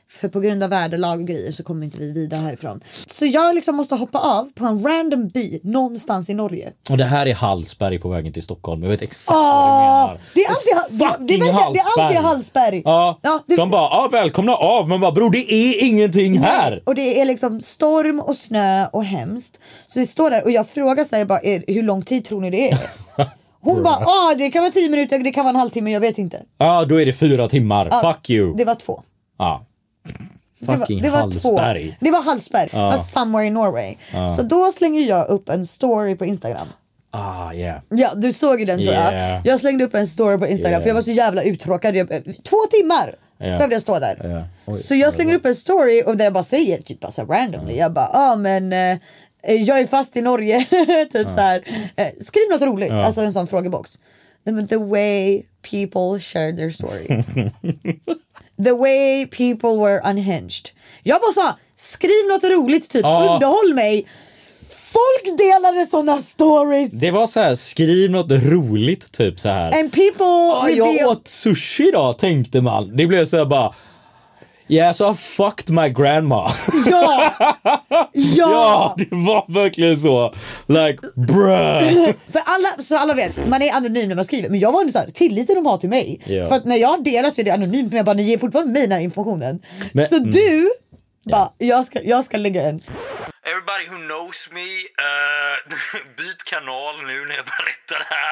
För på grund av väderlag och grejer så kommer inte vi vidare härifrån. Så jag liksom måste hoppa av på en random by någonstans i Norge. Och det här är Hallsberg på vägen till Stockholm. Jag vet exakt vad du Åh, menar. det är alltid, det Fucking är verkligen- det är alltid Hallsberg. Ja, det, de bara ah, “välkomna av”, man bara “bror det är ingenting här”. Och det är liksom storm och snö och hemskt. Så vi står där och jag frågar så här, jag bara, "Er- hur lång tid tror ni det är? Hon bara, ah, det kan vara tio minuter, det kan vara en halvtimme, jag vet inte. Ja, då är det fyra timmar. Fuck you. Det var två. Ja. Det var, Fucking det var två. Hallsberg. Det var Hallsberg, fast somewhere in Norway. Så då slänger jag upp en story på Instagram. Ah, yeah. Ja, du såg ju den tror Yeah. jag. Jag slängde upp en story på Instagram Yeah. för jag var så jävla uttråkad. Jag, två timmar Yeah. behövde jag stå där. Yeah. Oj, Mm. så jag slänger upp en story och där jag bara säger typ bara så här randomly. Jag bara, ja ah, men eh, jag är fast i Norge. typ så här. Eh, skriv något roligt, alltså en sån frågebox. Nej, men The way people shared their story. The way people were unhinged. Jag bara sa, skriv något roligt typ, Ja. underhåll mig. Folk delade såna stories. Det var så här, skriv något roligt typ så här. And people Ah, jag reveal... åt sushi idag tänkte man. Det blev så här bara Yes I fucked my grandma. Ja! ja, ja! det var verkligen så. Like bruh. För alla, så alla vet, man är anonym när man skriver men jag var ändå såhär, tilliten de har till mig. Ja. För att när jag delar så är det anonymt men jag bara, ni ger fortfarande mig den här informationen. Men- mm. så du, bara, jag, ska, jag ska lägga en. Everybody who knows me, eh, byt kanal nu när jag berättar det här.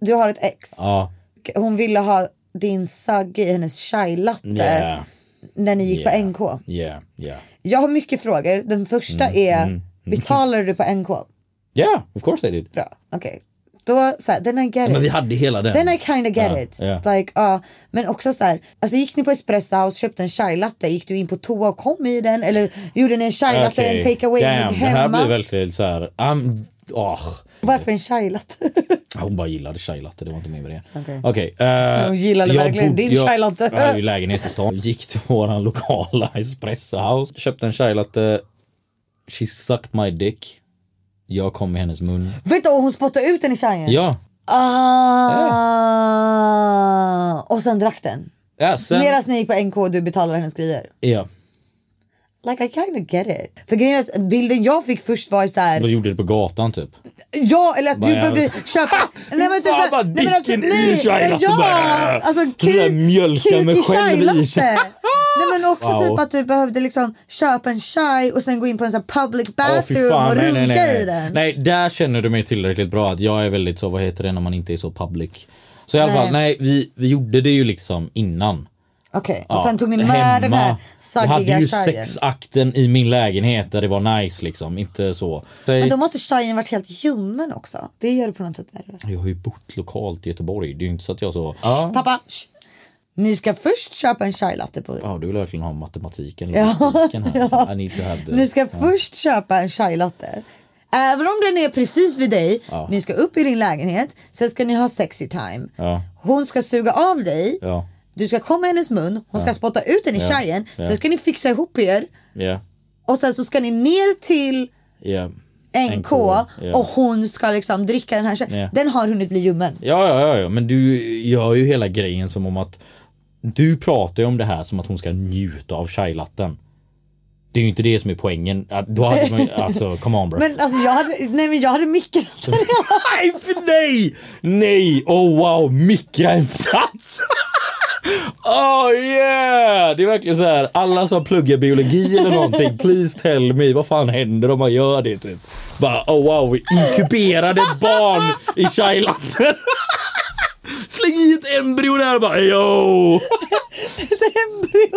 Du har ett ex. Ja, Hon ville ha din sagg i hennes chai latte yeah, när ni gick Yeah. på NK. yeah, yeah. Jag har mycket frågor. Den första Mm. är, betalade du på NK? Yeah, of course I did. Bra, okej. Då så här, then I get it. Men vi hade hela den. Then I kinda get Ja, it. ja. Like, ja. men också så här, alltså gick ni på Espresso House, köpte en chai latte, gick du in på toa och kom i den eller gjorde ni en chai latte, alltså, en take away Damn, Damn, det här hemma? blir verkligen så här. I'm, åh. Varför en chai latte? Hon bara gillade chai latte, det var inte mer med det. Okej. Okej, eh, Hon gillade jag verkligen din jag- chai latte. Jag hade ju lägenhet i stan. Gick till våran lokala espressohouse, köpte en chai latte. She sucked my dick. Jag kom i hennes mun. Vet du, och hon spottade ut den i chaien? Ja. Ah, Och sen drack den. Ja, sen, Medan ni gick på NK och du betalade hennes grejer. ja. Like I kinda get it. För grejen är att bilden jag fick först var ju så här. De gjorde det på gatan typ. Ja, eller att du Vad är behövde det? köpa... Nej, men Fan, vad men att- dicken i nej, chai-latte bara. Ja, alltså Den där kuk, mjölken kuk med i själv i chai-latte. chai. Nej men också Wow. typ att du behövde liksom köpa en chai och sen gå in på en sån här public bathroom och runka i nej. den. nej, där känner du mig tillräckligt bra att jag är väldigt så, vad heter det när man inte är så public. Så i alla Nej. fall, nej, vi, vi gjorde det ju liksom innan. Okej, Ja, och sen tog ni med den här hemma. Jag saggiga hade ju chaien. sexakten i min lägenhet där det var nice liksom, inte så. Men Jag, då måste chaien varit helt ljummen också. Det gör det på något sätt värre. jag har ju bott lokalt i Göteborg, det är ju inte så att jag så... Pappa! shh. Ni ska först köpa en chai latte på Ja, du vill verkligen ha matematiken och logistiken här. Ja. I need to have the... Ni ska först köpa en chai latte. Även om den är precis vid dig. Ni ska upp i din lägenhet. Sen ska ni ha sexy time. Ja. Hon ska suga av dig. Ja. Du ska komma i hennes mun. Hon ska spotta ut den i chaien. Sen ska ni fixa ihop er. Ja. Och sen så ska ni ner till Ja. NK, ja. och hon ska liksom dricka den här chaien. Ja. Den har hunnit bli ljummen. Ja, ja, ja, ja, men du gör ju hela grejen som om att du pratar ju om det här som att hon ska njuta av chai-latten. Det är ju inte det som är poängen. Att- Då hade man, ju- alltså, come on bro. Men alltså jag hade, nej men jag hade mikrat den. Nej, för nej! Nej! Oh wow, mikroinsats! Oh yeah! Det är verkligen så här, alla som pluggar biologi eller någonting, please tell me, vad fan händer om man gör det typ? Bara, oh wow, vi inkuberade barn i chai-latten. Släng i ett embryo där och bara, yo!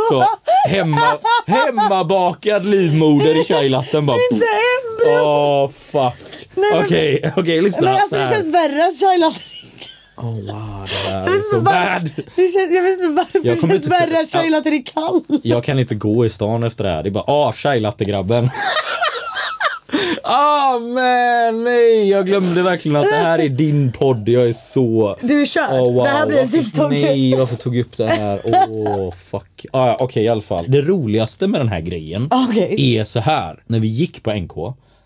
Så, hemma, hemmabakad livmoder i chai-latten bara. Inte embryo. Åh, fuck. Nej, men- Okej, okej, lyssna. Men alltså så det här. känns värre att chai latte. Oh wow, det Jag här vet är inte så var- bad. Det känns, jag vet inte varför Jag det kommer känns inte- värre att chai latte är kall. Jag kan inte gå i stan efter det här. Det är bara, ah, chai-latte-grabben. Ah men nej, jag glömde verkligen att det här är din podd. Jag är så... Du är körd. Åh, wow. Det här blir en varför, TikTok. Nej, varför tog jag upp det här? Åh, fuck. Ah, ja, Okej, i alla fall. Det roligaste med den här Ah. grejen Okej. är så här. När vi gick på NK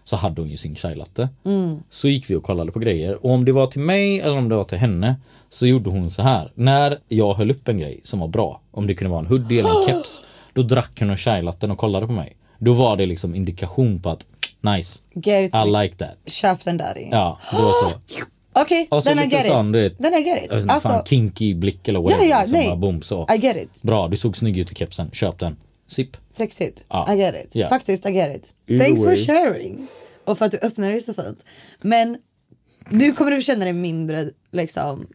så hade hon ju sin chai latte. Mm. Så gick vi och kollade på grejer. Och om det var till mig eller om det var till henne så gjorde hon så här. När jag höll upp en grej som var bra, om det kunde vara en hoodie eller en keps, då drack hon en chai latten och kollade på mig. Då var det liksom indikation på att nice, Get it. I like that. Köp den där in. Ja, det var så. Okej, Och så den är lite get sån, du it. vet, Den är get jag vet it. inte, fan, Alltså, kinky blick eller whatever. Ja, ja, liksom, nej. bara boom, så. I get it. Bra, du såg snygg ut i kepsen. Köp den. Sipp. sexigt. Ja. I get it. Ja. Faktiskt, I get it. Either Thanks way. for sharing. Och för att du öppnade dig så fint. Men nu kommer du känna dig mindre liksom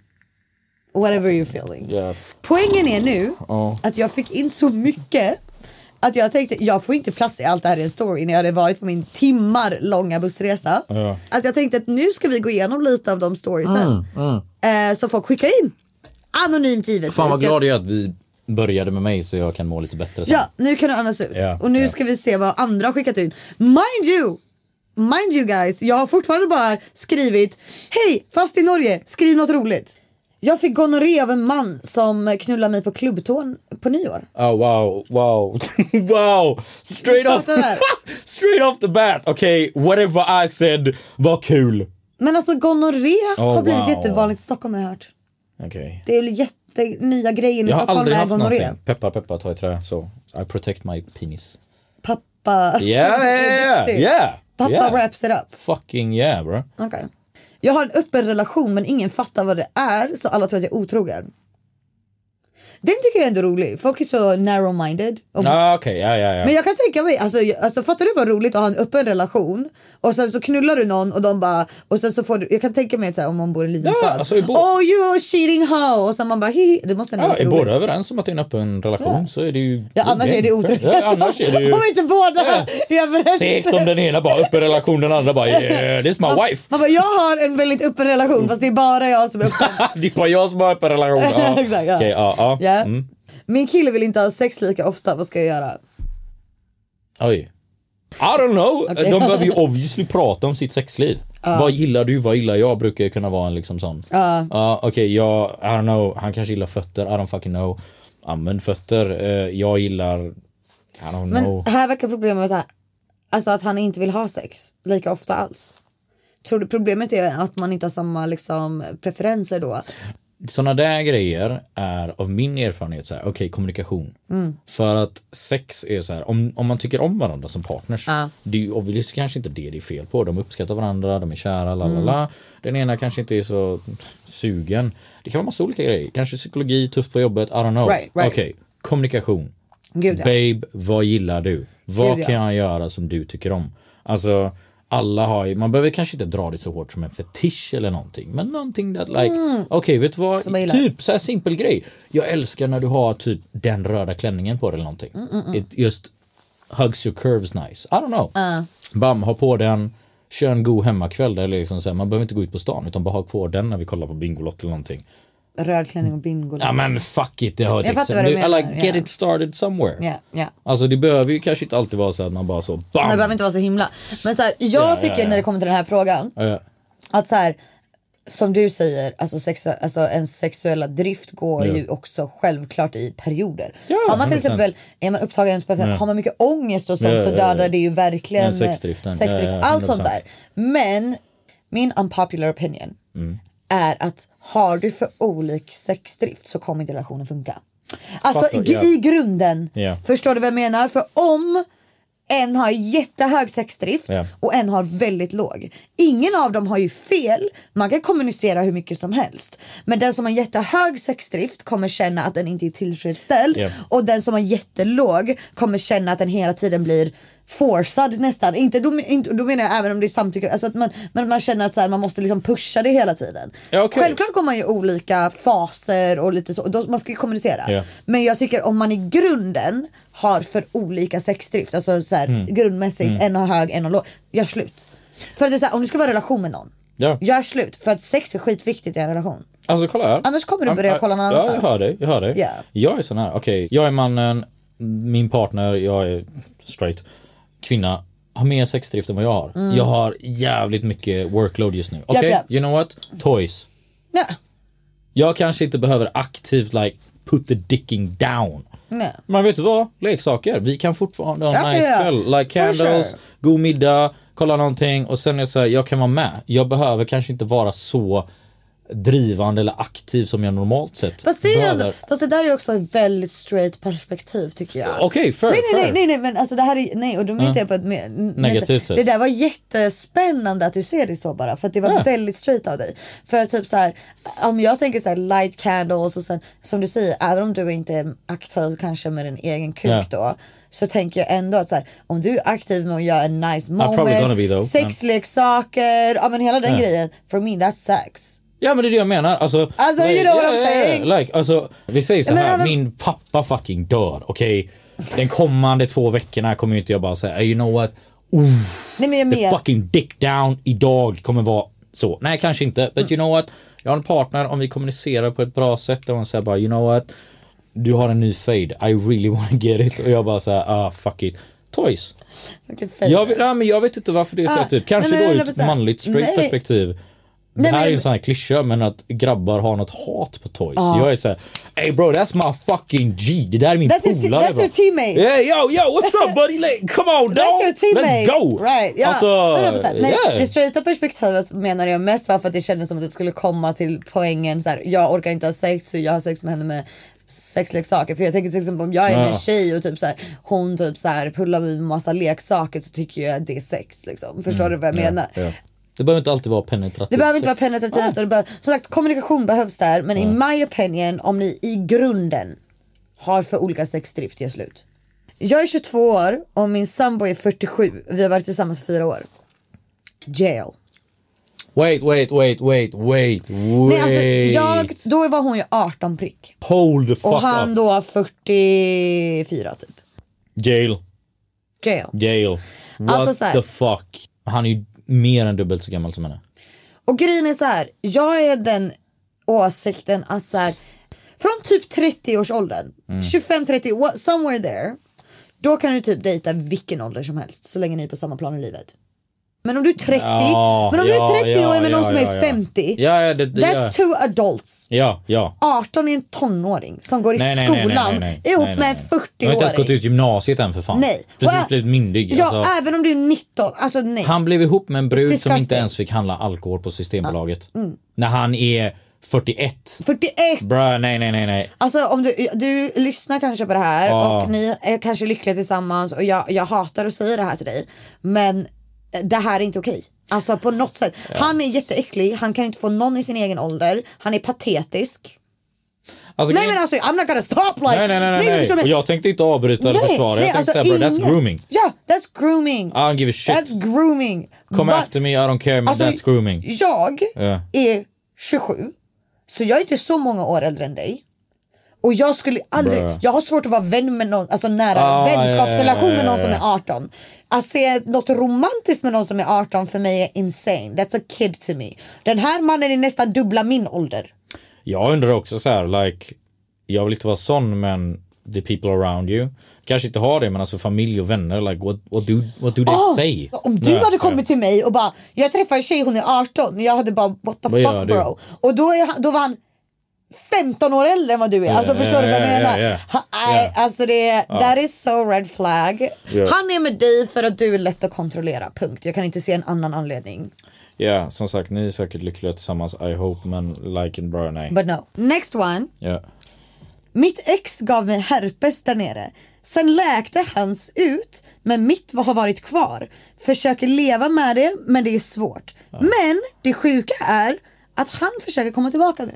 whatever you're feeling. Ja. Poängen är nu att jag fick in så mycket att jag tänkte jag får inte plats i allt det här i en story när jag hade varit på min timmar långa bussresa. Att jag tänkte att nu ska vi gå igenom lite av de storiesen eh, som folk skickar in. Anonymt givetvis. Mm, Fan vad Jag- glad jag är att vi började med mig så jag kan må lite bättre sen. Ja, nu kan det andas ut. Ja, och nu ja. ska vi se vad andra har skickat in. Mind you! Mind you guys, jag har fortfarande bara skrivit Hej, fast i Norge, skriv något roligt. Jag fick gonorré av en man som knullade mig på klubbtån på nyår. Oh, wow, wow, wow! Straight Vi off, startar där. straight off the bat! Okej, whatever I said var kul. Men alltså gonorré Oh, har blivit wow. jättevanligt i Stockholm har jag hört. Okej. Det är väl jätte nya grejer i Jag har Stockholm aldrig med haft gonorré. någonting. Peppar, peppar, ta i trä. Så, I protect my penis. Pappa... Yeah, Det är yeah, viktigt. yeah! Pappa yeah. wraps it up. Fucking yeah bro. Okej. Jag har en öppen relation men ingen fattar vad det är så alla tror att jag är otrogen. Den tycker jag är ändå rolig. Folk är så narrow-minded. Och- Ah, Okej, ja, ja, ja. Men jag kan tänka mig, alltså, jag- alltså fattar du vad roligt att ha en öppen relation och sen så knullar du någon och de bara och sen så får du, jag kan tänka mig så här, om man bor i en liten Ja, stad. alltså, i bo- oh you cheating hoe och sen man bara hihi, det måste ändå Ja, vara är roligt. båda överens om att det är en öppen relation så är det ju... Ja, annars är det otroligt. Ja, annars är det ju... om inte båda är överens. Segt om den ena bara öppen relation, den andra bara yeah, this is my Man- wife. Man bara, jag har en väldigt öppen relation fast det är bara jag som är öppen. det är bara jag som har öppen relation. Ja. Exakt, ja. Okej, ja, ja. Ja. Mm. Min kille vill inte ha sex lika ofta, vad ska jag göra? Oj. I don't know. De behöver ju obviously prata om sitt sexliv. Vad gillar du? Vad gillar jag? Brukar ju kunna vara en liksom sån. Ja. Okej, jag, I don't know. Han kanske gillar fötter. I don't fucking know. Använd fötter. Eh, jag gillar, I don't Men know. här verkar problemet att, alltså att han inte vill ha sex lika ofta alls. Tror du problemet är att man inte har samma liksom, preferenser då? sådana där grejer är av min erfarenhet så här, okej kommunikation. Mm. För att sex är så här, om, om man tycker om varandra som partners, det är ju obviously kanske inte det det är fel på. De uppskattar varandra, de är kära, la la Mm. la. Den ena kanske inte är så sugen. Det kan vara massa olika grejer. Kanske psykologi, tufft på jobbet, I don't know. Right, right. Okej, kommunikation. Gud, ja. Babe, vad gillar du? Vad Gud, ja. kan jag göra som du tycker om? Alltså, alla har ju, man behöver kanske inte dra det så hårt som en fetisch eller någonting, men någonting that like, okej vet du vad, man Mm. gillar. typ så här simpel grej. Jag älskar när du har typ den röda klänningen på dig eller någonting. Mm, It just hugs your curves nice. I don't know. Bam, ha på den, kör en god hemmakväll där det är liksom så här, man behöver inte gå ut på stan utan bara ha kvar den när vi kollar på Bingolotto eller någonting. röd klänning och bingo. Ja men fuck it, det hör till fattar vad du exempel. menar, Like, get ja. it started somewhere. Ja, ja. Alltså det behöver ju kanske inte alltid vara så att man bara så Det BAM! behöver inte vara så himla. Men så här, jag Ja, ja, tycker ja. när det kommer till den här frågan Ja. att så här, som du säger, alltså, sexu- alltså en sexuella drift går Ja. ju också självklart i perioder. Ja, har man till 100%. exempel, är man upptagen på Ja. har man mycket ångest och sånt Ja, ja, så ja, ja. dödar det ju verkligen Ja, sexdriften. sexdrift, Ja, ja, allt sånt 100%. där. Men min unpopular opinion Mm. är att har du för olik sexdrift så kommer inte relationen funka. Alltså Fattar, i, ja. i grunden, Ja. förstår du vad jag menar? För om en har jättehög sexdrift Ja. och en har väldigt låg. Ingen av dem har ju fel. Man kan kommunicera hur mycket som helst. Men den som har jättehög sexdrift kommer känna att den inte är tillfredsställd. Ja. Och den som har jättelåg kommer känna att den hela tiden blir forcead nästan. Inte, då, men- inte, då menar jag även om det är samtycke. Alltså att man, men man känner att så här, man måste liksom pusha det hela tiden. Ja, okej. Självklart går man ju olika faser och lite så. Och Då, man ska ju kommunicera. Ja. Men jag tycker om man i grunden har för olika sexdrift, alltså så här, grundmässigt en har hög, en har låg. Gör slut. För att det är så här, om du ska vara i relation med någon, Ja. gör slut. För att sex är skitviktigt i en relation. Alltså kolla här. Annars kommer du Am- börja kolla någon Ja, jag annanstans. hör dig. Jag, hör dig. Ja. jag är sån här, okej, jag är mannen, min partner, jag är straight, kvinna, har mer sexdrift än vad jag har. Jag har jävligt mycket workload just nu. Okej, Mm. japp. you know what? Toys. Ja. Jag kanske inte behöver aktivt like put the dicking down. Nej. Men vet du vad? Leksaker. Vi kan fortfarande ha en Ja, nice ja. kväll. Like For candles, sure. god middag, kolla någonting och sen är det så här, jag kan vara med. Jag behöver kanske inte vara så drivande eller aktiv som jag normalt sett Fast, det är ju ändå, behöver. fast det där är också ett väldigt straight perspektiv tycker jag. Okej, fair. Nej, nej, nej, fair. nej, nej, men alltså det här är, nej, och då menar inte jag på ett mer, Negativt typ. nej, sätt. Det där var jättespännande att du ser det så bara, för att det var Ja. väldigt straight av dig. För typ så här, om jag tänker så här light candles och sen som du säger, även om du inte är aktiv kanske med din egen kuk Ja. då, så tänker jag ändå att så här, om du är aktiv med att göra en nice probably gonna moment, be though, sexleksaker, ja men hela den Ja. grejen, for me that's sex. Ja men det är det jag menar. Alltså, Alltså, you know what I'm saying. Like, alltså, vi säger så Ja, men här, även- min pappa fucking dör. Okej, den kommande två veckorna kommer ju inte jag bara säga you know what, Nej men jag the menar, fucking dick down idag kommer vara så. Nej kanske inte, but you know what, jag har en partner om vi kommunicerar på ett bra sätt och hon säger bara you know what, du har en ny fade, I really wanna get it och jag bara säger ah fuck it. Toys. Jag vet, nej, men jag vet inte varför det är så Ah, typ. Kanske nej, men då ur 100%. ett manligt straight Nej. perspektiv. Det Nej, här men- är ju en sån här klyscha men att grabbar har något hat på toys. Ah. Jag är såhär, hey bro that's my fucking G, det där är min That's your te- polare. that's bro." your teammate. Yeah, yo yo what's up buddy, Like, come on That's dog, your teammate. let's go. Right, ja. Alltså, 100%. Nej, yeah. Det straighta perspektivet menar jag mest var för att det kändes som att det skulle komma till poängen så här, jag orkar inte ha sex så jag har sex med henne med sexleksaker. För jag tänker till exempel om jag är med en Ja. tjej och typ så här, hon typ så här, pullar med en massa leksaker så tycker jag att det är sex. Liksom. Förstår du vad jag menar? Mm. Ja. Det behöver inte alltid vara penetrativt. Det behöver inte vara Typ sex. Ah. penetrativt. Och det behöver, som sagt, kommunikation behövs där. Men in my opinion, om ni i grunden har för olika sexdrift, gör slut. Jag är 22 år och min sambo är 47. Vi har varit tillsammans i fyra år. Jail. Wait, wait, wait, wait, wait, wait. Nej, alltså, jag, då var hon ju 18 prick. Hold the fuck Och han up. då 44 typ. Jail, Jail. jail. What Alltså så här- the fuck. Han är ju mer än dubbelt så gammal som henne. Och grejen är så här, jag är den åsikten att så här, från typ 30 års åldern, Mm. 25-30, what- somewhere there. Då kan du typ dejta vilken ålder som helst så länge ni är på samma plan i livet. Men om du är 30, Ja, men om du ja, är 30 ja, och är med ja, någon som ja, är ja. 50. Ja, ja, det- det- that's ja. two adults. Ja, ja. 18 är en tonåring som går i Nej, nej, nej, nej, skolan nej, nej, ihop nej, med nej. en Jag har inte ens gått 40-åring. ut gymnasiet än för fan. Nej. Precis Och- blivit myndig. Ja, alltså. även om du är 19. Alltså nej. Han blev ihop med en brud som Disgusting. Mm. inte ens fick handla alkohol på Systembolaget. När han är 41. 41. Bruh, nej, nej, nej, nej. Alltså om du, du lyssnar kanske på det här Ja. och ni är kanske lyckliga tillsammans och jag, jag hatar att säga det här till dig men det här är inte okej. Alltså på något sätt. Han är jätteäcklig, han kan inte få någon i sin egen ålder, han är patetisk. Alltså, Nej grejen- men alltså I'm not gonna stop like. nej, nej, nej, men nej, förstår nej. du? Och jag tänkte inte avbryta eller försvara. Jag tänkte alltså, såhär, bro, that's ingen- grooming. Ja, that's grooming. I don't give a shit. That's grooming. Come Va- after me, I don't care, men Alltså, that's grooming. Jag Ja. är 27, så jag är inte så många år äldre än dig. Och jag skulle aldrig, Bruh. jag har svårt att vara vän med någon, alltså nära Ah, vänskapsrelation ja, ja, med någon ja, som ja. är 18. Att se något romantiskt med någon som är 18 för mig är insane. That's a kid to me. Den här mannen är nästan dubbla min ålder. Jag undrar också så här, like, jag vill inte vara sån men the people around you kanske inte har det men alltså familj och vänner like what, what, do, what do they Åh, say? Ah, Om du Nej, hade nej. kommit till mig och bara jag träffar en tjej hon är 18 jag hade bara what the Vad gör fuck du? bro och då, är, han- då var han 15 år äldre än vad du är. Alltså ja, förstår du vad jag ja, ja, menar? ja. Han- nej, Alltså det är, that is so red flag. Han är med dig för att du är lätt att kontrollera, punkt. Jag kan inte se en annan anledning. Ja, som sagt ni är säkert lyckliga tillsammans I hope men like and bra nej. But no. Next one. Ja. Mitt ex gav mig herpes där nere. Sen läkte hans ut, men mitt har varit kvar. Försöker leva med det, men det är svårt. Men det sjuka är att han försöker komma tillbaka nu.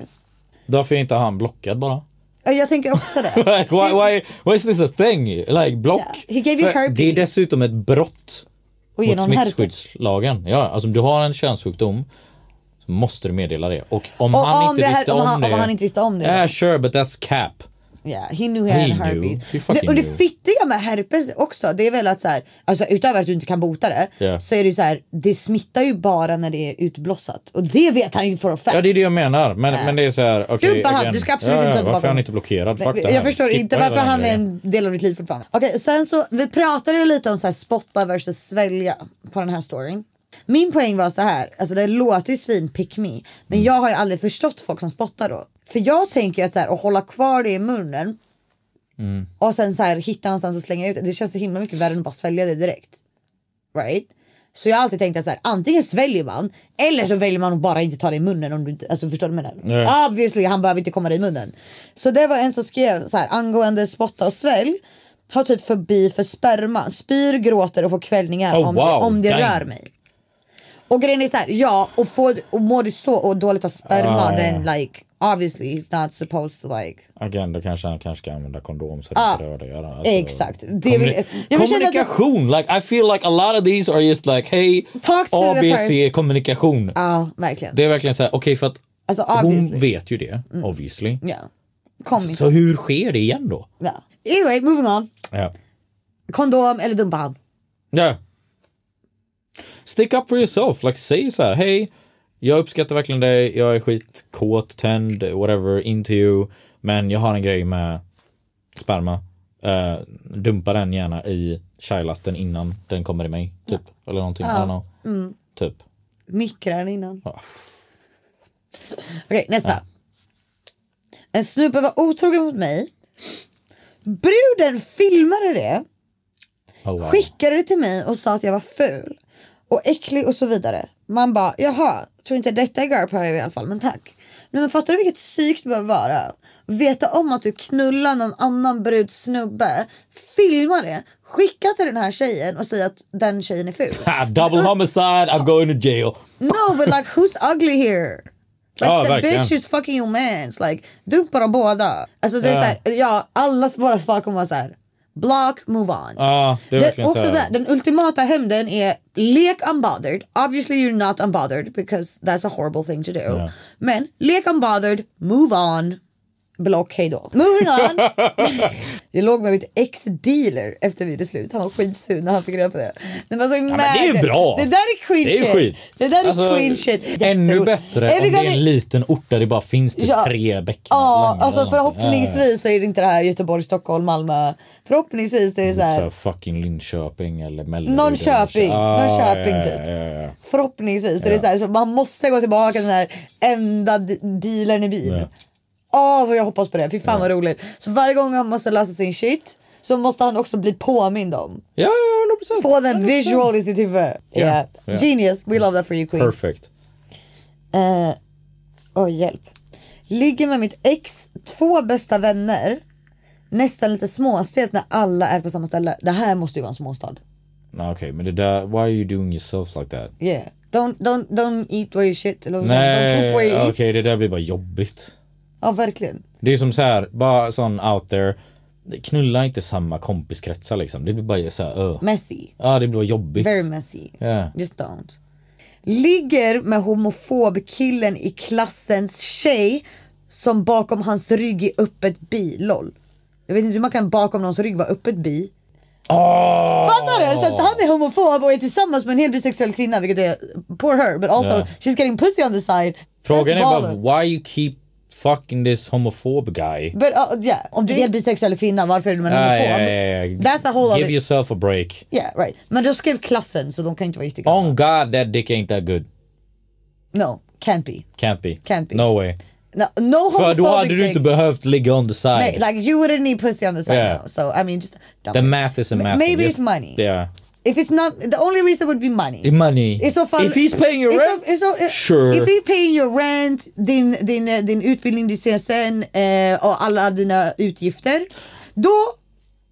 Därför är inte han blockad bara. Ja, Jag tänker också det. Like, why, why, why is this a thing? Like block? Ja, he gave you För herpes. Det är dessutom ett brott Och mot genom herpes. smittskyddslagen. Ja, alltså om du har en könssjukdom så måste du meddela det. Och om Och han om inte det här- visste om om, han- det. om han inte visste om det, Yeah, då? sure but that's cap. Ja, he knew he had He knew. He herpes. fucking Det, och det knew. fittiga med herpes också, det är väl att så här, alltså, utöver att du inte kan bota det, Ja. så är det ju så här, det smittar ju bara när det är utblossat. Och det vet han ju för a fact. Ja det är det jag menar. Men, men det är så här, okej. Du, bara han, again. du ska absolut ja, inte ja, ta Varför tillbaka är han honom. inte blockerad? Fuck Nej, det här. Jag förstår Skippa inte varför hela den han är grejen. en del av ditt liv fortfarande. Okej, sen så, vi pratade ju lite om så här spotta versus svälja på den här storyn. Min poäng var så här, alltså det låter ju svin pick me, men jag har ju aldrig förstått folk som spottar då. För jag tänker ju att så här, att hålla kvar det i munnen Mm. och sen så här, hitta någonstans och slänga ut det, det känns så himla mycket värre än att bara svälja det direkt. Right? Så jag har alltid tänkt att så här, antingen sväljer man eller så väljer man att bara inte ta det i munnen. Om du, inte- alltså, förstår du vad jag menar? Obviously, han behöver inte komma det i munnen. Så det var en som skrev så här, angående spotta och svälj. Har typ förbi för sperma, spyr, gråter och får kvällningar Oh, om, wow, det, om det dang. rör mig. Och grejen är så här, ja och, får, och mår du så och dåligt av sperma Ah, then like obviously he's not supposed to like Again, då kanske han kanske ska använda kondom så det inte rör dig. Alltså, Exakt. Det vill- kommuni- jag vill känna att- kommunikation! Like, I feel like a lot of these are just like hey, Talk to the ABC kommunikation. ja verkligen. Det är verkligen så här, okej för att Alltså, hon obviously. Mm. vet ju det, obviously. Ja. Kom inte. Så hur sker det igen då? Ja. Anyway, moving on. Ja. Kondom eller dumpa han. ja. Stick up for yourself, like säg så här, hej, jag uppskattar verkligen dig, jag är skitkåt, tänd, whatever, into you, men jag har en grej med sperma. Eh, dumpa den gärna i chai-latten innan den kommer i mig, typ. Eller någonting, I don't know. Typ. Mikra den innan. Ja. Okej, nästa. En snubbe var otrogen mot mig. Bruden filmade det, Oh, wow. skickade det till mig och sa att jag var ful och äcklig och så vidare. Man bara, jaha, tror inte detta är girl power i alla fall, men tack. Nej, men fattar du vilket psyk du behöver vara? Veta om att du knullar någon annan brud snubbe, filma det, skicka till den här tjejen och säga att den tjejen är ful. Ha, double homicide, I'm going to jail. No, but like who's ugly here? Like Ja, the verkligen. bitch is fucking your mans. Like, dumpa dem båda. Alltså det är Ja. såhär, ja, alla våra svar kommer vara såhär. Block, move on. Ja, Ah, det är den, verkligen också så här. såhär, den ultimata hämnden är lek unbothered. Obviously you're not unbothered because that's a horrible thing to do. Men lek unbothered, move on. Block, hejdå. Moving on. jag låg med mitt ex-dealer efter videoslut. Han var skitsur när han fick reda på det. Nej, men, alltså, men det är ju imagine. bra. Det där är queen Det är ju shit. skit. Det där är Alltså, queen shit. Ännu Jätteroligt. bättre Är om vi det är gonna- en liten ort där det bara finns typ Ja. tre bäckar. Ja, Langar alltså eller någonting. Ja, ja, ja. förhoppningsvis så är det inte det här Göteborg, Stockholm, Malmö. Förhoppningsvis är det så Så här. här fucking Linköping eller Mellerud. Någon eller Köping, Kö- någon Köping ja, typ. ja, ja, ja. Förhoppningsvis är det så här. Så man måste gå tillbaka till den här enda d- dealern i byn. Åh vad jag hoppas på det. Fy fan vad roligt. Så varje gång han måste lösa sin shit så måste han också bli påmind om. Ja, ja, 100%. Få den visual i sitt huvud. Ja, Yeah. ja. Genius, we love that for you queen. Perfect. Oj, hjälp. Ligger med mitt ex, två bästa vänner. Nästan lite småstelt när alla är på samma ställe. Det här måste ju vara en småstad. Nej, Okej, men det där, why are you doing yourself like that? Yeah. Don't, don't, don't eat where you shit. Eller vad man säger. don't Nej, poop where you okej, eat. det där blir bara jobbigt. Ja, verkligen. Det är som så här, bara sån out there. Knulla inte samma kompiskretsar liksom. Det blir bara så här, uh. Messy. Ja, det blir bara jobbigt. Very messy. Yeah. Just don't. Ligger med homofobkillen i klassens tjej som bakom hans rygg är öppet bi. LOL. Jag vet inte hur man kan bakom någons rygg vara öppet bi. Åh! Fattar du? Så att han är homofob och är tillsammans med en hel bisexuell kvinna vilket är poor her but also Ja. she's getting pussy on the side. Frågan That's är bara baller. why you keep fucking this homophobe guy. But uh, yeah, om du är en bisexuell kvinna, varför är du en homofob? Ah, yeah, yeah, yeah. That's a whole Give other- yourself a break. Yeah, right. Men de skrev klassen så de kan inte vara jättegamla. On God, that dick ain't that good. No, can't be. Can't be. Can't be. No way. No, no För då hade homophobic du inte thing. behövt ligga on the side. Nej, like you wouldn't need pussy on the side Yeah. now. So I mean just dumb the it. math is a M- math. Maybe Just- it's money. Yeah. If it's not, the only reason would be money. The Money. I så fall, If he's paying your i så- rent, i så- i- sure. If he's paying your rent, din, din, eh, din utbildning, din CSN eh, och alla dina utgifter. Då,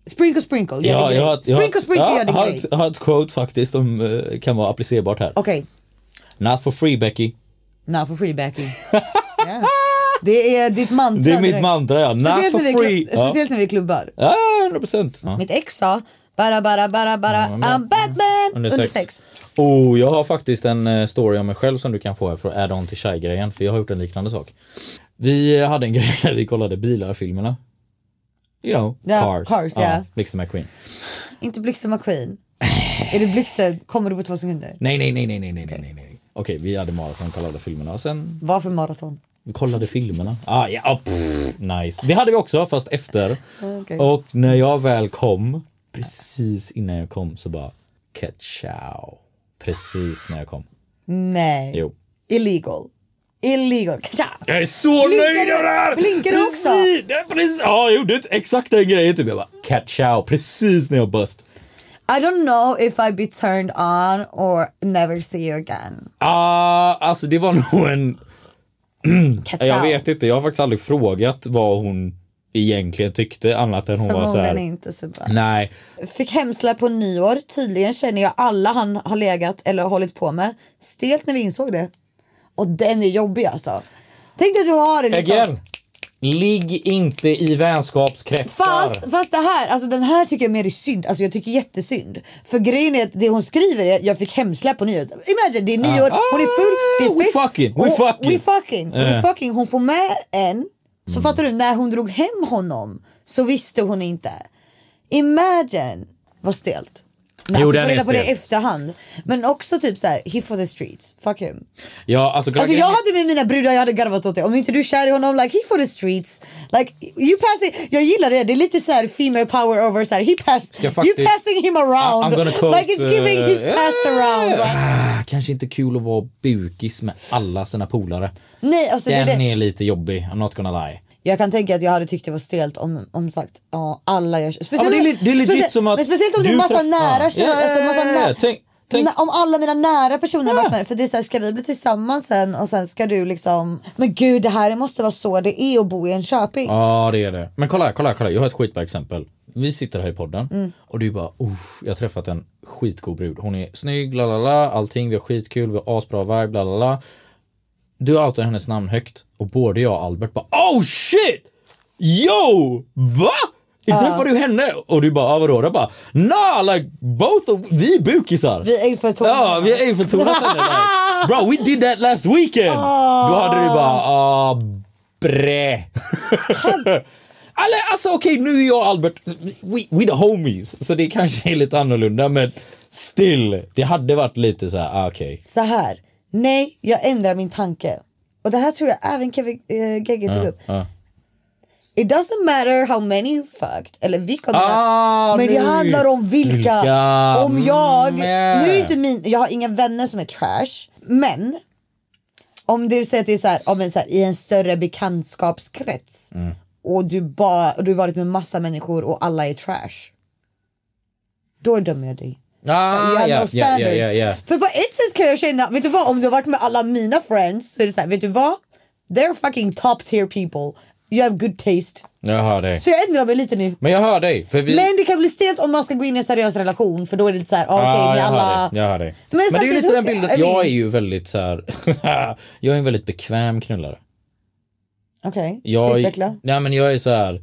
sprinkle sprinkle, gör Ja, din jag har, grej. jag har, Sprinkle sprinkle, ja, gör jag din har, grej. ett, jag har ett quote faktiskt som eh, kan vara applicerbart här. Okej, Not for free Becky. now for free backing. yeah. Det är ditt mantra. Det är mitt direkt. mantra ja. Not Speciellt, for när vi, free. klubb, Ja, speciellt när vi klubbar. Ja, 100%. Ja. Mitt ex sa bara bara bara bara I'm Batman under sex. Oh, jag har faktiskt en eh, story om mig själv som du kan få här för att add on till tjejgrejen. För jag har gjort en liknande sak. Vi eh, hade en grej när vi kollade bilar-filmerna. You know, Ja, cars. Cars, ja. Blixten McQueen. Inte Blixten McQueen. är det Blixten kommer du på två sekunder? Nej, nej, nej, nej, nej, nej, nej, nej, nej. Okej, vi hade maraton, kollade filmerna och sen Varför maraton? vi kollade filmerna. Ah, ja, ah, pff, nice. Det hade vi också, fast efter. Okej. Och när jag väl kom, precis innan jag kom så bara, ciao. Precis när jag kom. Nej. Jo. Illegal. Illegal. Tja. Jag är så nöjd med det här! blinkar du också? Precis, det är precis, ja, jag gjorde ett- exakt den grejen typ. Jag bara, catch out precis när jag bust. I don't know if I be turned on or never see you again. Ah, alltså det var nog en... Catch Jag out. vet inte, jag har faktiskt aldrig frågat vad hon egentligen tyckte annat än hon var så Förmodligen här. inte så bra. Nej, Fick hemsläpp på nyår. Tydligen känner jag alla han har legat eller hållit på med. Stelt när vi insåg det. Och den är jobbig alltså. Tänk dig att du har det liksom. again. Ligg inte i vänskapskretsar. Fast, fast det här, alltså den här tycker jag mer är synd. Alltså jag tycker jättesynd. För grejen är att det hon skriver är jag fick hemsläpp på nyår. Imagine det är nyår, hon är full, det Ah. we är fest. fucking, we Hon- fucking. Eh. Mm. We fucking, we fucking. Hon får med en, så fattar du, när hon drog hem honom så visste hon inte. Imagine vad stelt. Nej, Jo, du den får är reda på det i stel. efterhand. Men också typ såhär, he for the streets, fuck him. Ja, alltså, Alltså jag hade med mina brudar, jag hade garvat åt det. Om inte du är kär i honom, like he for the streets. Like you passing, jag gillar det. Det är lite så här female power over så här, he passed, Ska faktiskt- you passing him around. I'm gonna quote, like it's giving eh, he's passed around. va? Ah, kanske inte kul att vara bukis med alla sina polare. Nej, alltså det är Den det. är lite jobbig, I'm not gonna lie. Jag kan tänka att jag hade tyckt det var stelt om, om sagt ja, alla jag Ja, men det är, li- det är legit speciellt, som att... men speciellt om det är du massa träff- nära Ja. tjejer. Ja, alltså, massa ja, nära, ja, Tänk, tänk, Nä- Om alla mina nära personer har Ja. varit med För det är så här, ska vi bli tillsammans sen och sen ska du liksom Men gud det här måste vara så det är att bo i en köping. Ja, det är det. Men kolla, här, kolla, här, kolla. här. Jag har ett skitbra exempel. Vi sitter här i podden Mm. och du bara Uff, jag har träffat en skitgod brud. Hon är snygg, la la la, allting, vi har skitkul, vi har asbra vibe, la la la. Du outar hennes namn högt och både jag och Albert bara oh shit! Yo! Va? Träffar du henne? Och du bara, ah, vadå? Jag bara, nah, like both of, vi är bukisar. Vi är Eiffeltornet. Ja, vi har Eiffeltornet henne. Like. Bro, we did that last weekend. Då hade du bara, ah, brä. Alla, alltså okej, nu är jag och Albert, we, we the homies, så det kanske är lite annorlunda men still, det hade varit lite så här, ah, okej. så här. Nej, jag ändrar min tanke. Och det här tror jag även Kevin eh, Gegge tog upp. ja. It doesn't matter how many you fucked. Eller vilka Ah, Men det nu. handlar om vilka. Vilka. Om jag. Mm. Nu är inte min, jag har inga vänner som är trash. Men. Om du säger att det är så här, ja, men så här, i en större bekantskapskrets. Mm. Och du, bara, och du har varit med massa människor och alla är trash. Då dömer jag dig. Ah, you have ja, no ja, standards. ja, ja, ja. För på ett sätt kan jag känna, vet du vad? Om du har varit med alla mina friends så är det så här, vet du vad? They're fucking top tier people. You have good taste. Jag hör dig. Så jag ändrar mig lite nu. Men jag hör dig, för vi... Men det kan bli stelt om man ska gå in i en seriös relation för då är det lite så här, ah, okej Ah, ni jag alla... hör dig. Jag hör dig. Men Men, det är ju samtidigt- lite den bilden, I mean- jag är ju väldigt så här. jag är en väldigt bekväm knullare. Okej, Jag, utveckla. nej men jag är så här.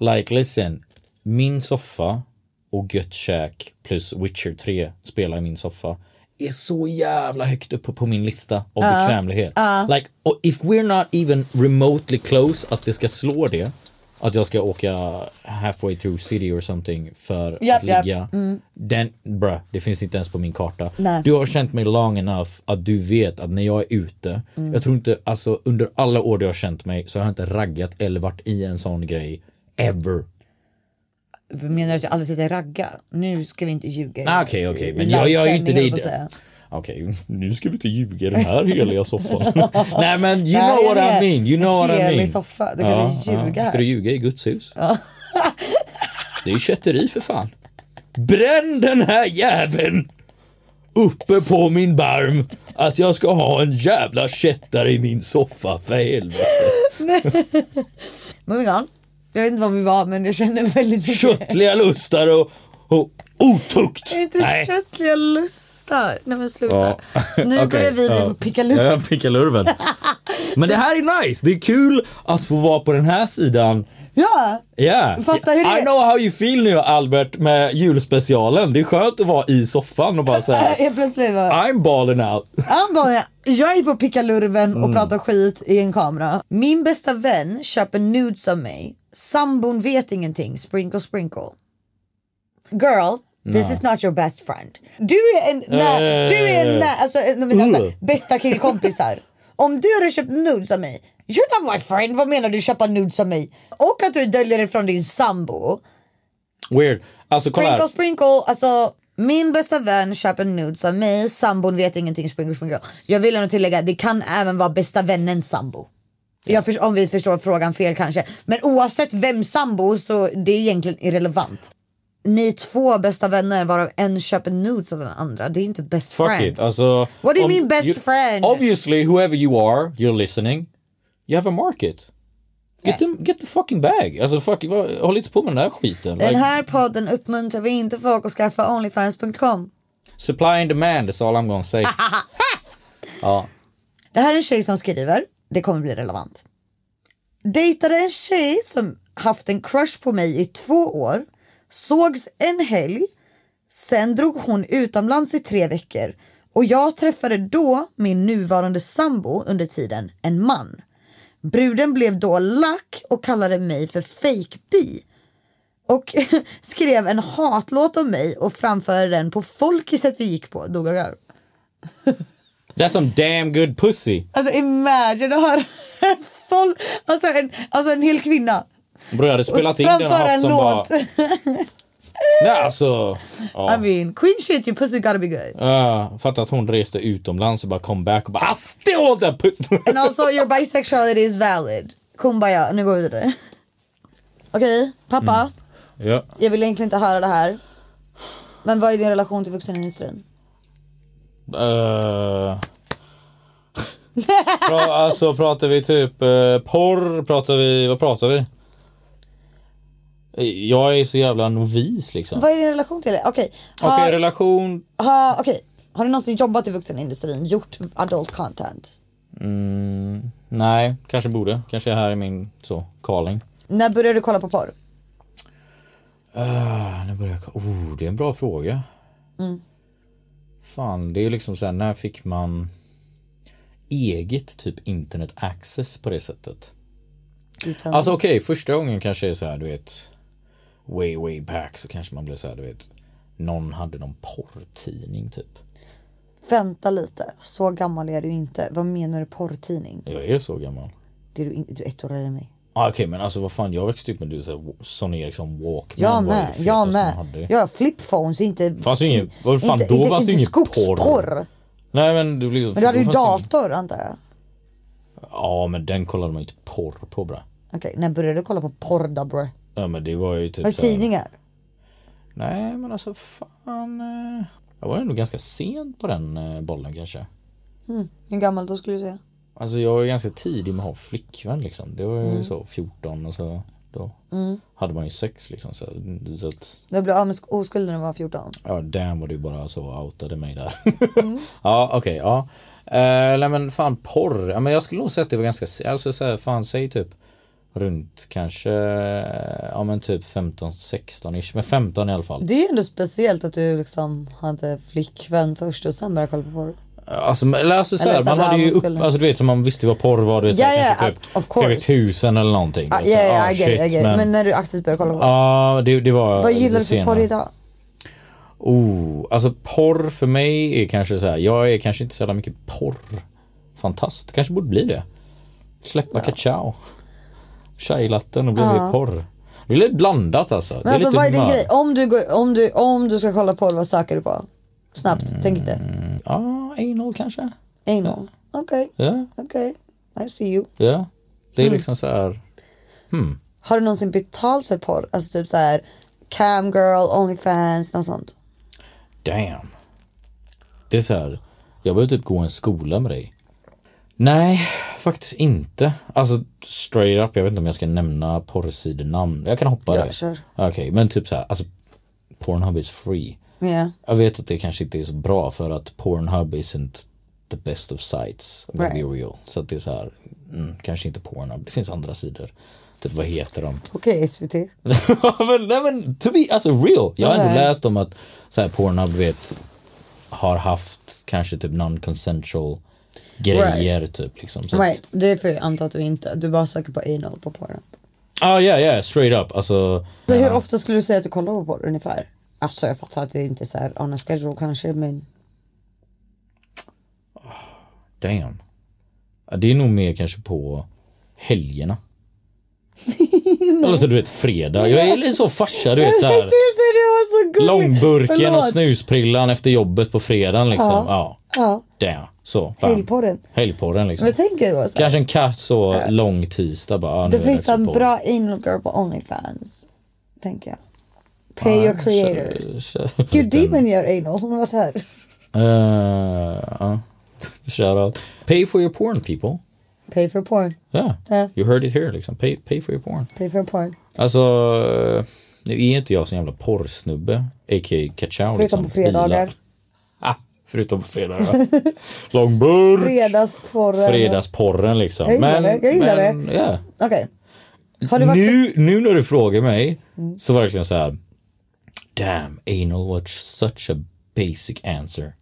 like listen, min soffa och gött käk plus Witcher 3 spelar i min soffa är så jävla högt uppe på min lista av bekvämlighet. Like, och if we're not even remotely close att det ska slå det, ja Att jag ska åka halfway through city or something för Japp, att ligga. japp. Den, bruh, det finns inte ens på min karta. Nej. Du har känt mig long enough att du vet att när jag är ute, jag tror inte, alltså under alla år du har känt mig så har jag inte raggat eller varit i en sån grej. Ever. Menar du att jag aldrig sitter och raggar? Nu ska vi inte ljuga. Ah, Okej, okej, men I jag gör ju inte livesändning, det. höll jag i på att det. säga. Okej, nu ska vi inte ljuga i den här heliga soffan. Nej men you Där know är what det. I mean, you know what I Helig mean. soffa, då kan vi ljuga här. Ska du ljuga i Guds hus? det är ju kätteri för fan. Bränn den här jäveln uppe på min barm att jag ska ha en jävla kättare i min soffa för helvete. Moving on. Jag vet inte vad vi var men jag känner väldigt mycket. Köttliga lustar och, och otukt. Det är Inte Nej. köttliga lustar. Nej men sluta. Ja. Nu Okej, börjar vi bli ja. på pickalur. Ja, pickalurven. Men det här är nice. Det är kul att få vara på den här sidan. Ja! Yeah. Fattar hur det I är. know how you feel nu Albert med julspecialen. Det är skönt att vara i soffan och bara säga Helt plötsligt var I'm balling out. Han bara, jag är på pickalurven Mm. och pratar skit i en kamera. Min bästa vän köper nudes av mig. Sambon vet ingenting. Sprinkle sprinkle. Girl, this is not your best friend. Du är en, nä, Eh. du är en nä, alltså, en av mina Uh. så här bästa killkompisar. Om du hade köpt nudes av mig. You're not my friend. Vad menar du köpa nudes av mig? Och att du döljer det från din sambo. Weird. Alltså kolla här. Sprinkle sprinkle, alltså min bästa vän köper nudes av mig, sambon vet ingenting, sprinkle sprinkle. Jag vill ändå tillägga, det kan även vara bästa vännens sambo. Jag förs- om vi förstår frågan fel kanske. Men oavsett vem sambo så det är egentligen irrelevant. Ni är två bästa vänner varav en köper nudes av den andra. Det är inte best Fuck friends. it. Alltså, What do you om- mean best friend? Obviously, whoever you are, you're listening. You have a market. Get, them, get the fucking bag. Alltså fuck, vad- håll inte på med den där skiten. Den Like, här podden uppmuntrar vi inte folk att skaffa Onlyfans.com. Supply and demand is all I'm gonna say. ja. Det här är en tjej som skriver, det kommer bli relevant. Dejtade en tjej som haft en crush på mig i två år, sågs en helg, sen drog hon utomlands i tre veckor och jag träffade då min nuvarande sambo under tiden, en man. Bruden blev då lack och kallade mig för fake bi och skrev en hatlåt om mig och framförde den på folkiset vi gick på. Dog av garv. That's some damn good pussy. Alltså imagine att höra en folk, alltså en, alltså en hel kvinna Bror jag hade spelat in den och framföra haft en som låt. bara... Nej alltså. I mean, queen shit your pussy gotta be good. Uh, fattar att hon reste utomlands och bara kom back och bara "Ah, I stole that pussy. And also your bisexuality is valid. Kumbaya, nu går vi vidare. Okej, pappa. Mm. ja. Jag vill egentligen inte höra det här. Men vad är din relation till vuxenindustrin? Eh. pra, alltså pratar vi typ eh, porr, pratar vi, vad pratar vi? Eh, Jag är så jävla novis liksom. Vad är din relation till det? Okej, Okej, har, relation? ha, okej. har du någonsin jobbat i vuxenindustrin? Gjort adult content? Nej, kanske borde. Kanske är här i min så, calling. När började du kolla på porr? Ah, när började jag... Oh, det är en bra fråga. Mm. Fan, det är liksom såhär, när fick man eget typ internet access på det sättet? Utan- Alltså okej, första gången kanske är så här, du vet way way back så kanske man blev så här, du vet någon hade någon porrtidning typ. Vänta lite, så gammal är du inte. Vad menar du porrtidning? Jag är så gammal. Det är du, in- du är ett år äldre än mig. Ah, okej men alltså vad fan jag växte upp med du så Sonny Eriksson Walkman. Jag var ju det med, fetaste jag man med. hade. Jag har flipphones, inte... Fanns ju ingen- vad fan, inte, då inte, fanns det inte ju ingen porr. skogsporr. Nej men du liksom. Men du hade ju då fanns det dator antar jag. ingen- Ja men den kollade man ju inte porr på bra. Okej, när började du kolla på porr då bre? Ja men det var ju typ Var det så här- tidningar? Nej men alltså fan. eh, Jag var ändå ganska sent på den eh, bollen kanske. Mm, Hur gammal då skulle du säga? Alltså jag var ju ganska tidig med att ha flickvän liksom. Det var ju så 14 och så då hade man ju sex liksom. Så, så att, Du blev av med sk- oskulden när du var 14. ja damn vad du bara så outade mig där. ja okej ja. Eh, nej men fan porr. Ja, men jag skulle nog säga att det var ganska, se- alltså så här, fan säg typ runt kanske, eh, ja men typ 15, 16 ish. Men 15 i alla fall. Det är ju ändå speciellt att du liksom hade flickvän först och sen började kolla på porr. Alltså, eller alltså, så Eller här, så här, man hade ju man upp, skulle- alltså du vet som man visste vad porr var, du vet, så här, Ja, ja, kanske of typ, course. kanske tusen eller någonting. Ja, Alltså, ja, ah, ja, I get it, I shit, get it. men- Men när du aktivt började kolla på Ja, det, det var Vad lite gillar du för senare. porr idag? Oh, alltså porr för mig är kanske så här. Jag är kanske inte så jävla mycket porr. Fantast. Kanske borde bli det. Släppa cacao. Chai-latten och bli mer porr. Det är lite blandat alltså. Men alltså lite vad är din humör. grej? Om du, går, om, du, om du ska kolla porr, vad söker du på? Snabbt, tänk inte. Ja, anal kanske. Anal. Okej, Ja, okej. I see you. ja. Det Mm. är liksom så här. Har du någonsin betalt för porr? Alltså typ så här camgirl, onlyfans, något sånt. Damn. Det är så här. Jag behöver typ gå en skola med dig. Nej, faktiskt inte. Alltså straight up, jag vet inte om jag ska nämna porrsidornamn. Jag kan hoppa Ja, det. kör. Okej, men typ så här, alltså Pornhub is free. Ja. Jag vet att det kanske inte är så bra för att Pornhub isn't the best of sites. I'm gonna Right. be real. Så att det är så här, mm, kanske inte Pornhub. Det finns andra sidor. Typ vad heter de? Okej SVT. Ja, men, nej, men to be alltså real. Jag har ändå Nej. läst om att så här, Pornhub du vet, har haft kanske typ non-consensual grejer typ liksom. Så att- Right, det får jag anta att du inte, du bara söker på anal på porr. Ah, ja, ja, straight up. Alltså, Så hur ofta skulle du säga att du kollar på porr ungefär? Alltså jag fattar att det inte är så här on a schedule kanske men damn. Ja, Det är nog mer kanske på helgerna. Eller så du vet fredag. Jag är lite så farsa du vet så här. Så det var så gulligt. Långburken och Förlåt. snusprillan efter jobbet på fredagen liksom. Ja. Ja, Damn. Så. bam. helgporren. Helgporren Men liksom. jag tänker då så här, Kanske en katt så lång tisdag bara. ah, Eh, du nu är får det hitta en dags för bra anal girl på Onlyfans. Tänker jag. Pay your creators. porr. Gud, Demon gör anal, hon har varit här. Eh, ja. Shout out. Pay for your porn people. Pay for porn, Yeah. Ja. You heard it here liksom. Pay, pay for your porn. pay for porn. Alltså, eh, nu är inte jag sån jävla porrsnubbe. A.k.a. Kachao Förutom på fredagar. Ah, liksom. förutom på fredagar. ja. Lång burk. Fredagsporren. Fredagsporren liksom. Jag gillar men, det, jag gillar men, ja. Okej. Har du varit nu, nu när du frågar mig så var det verkligen så här. Damn, anal was such a basic answer.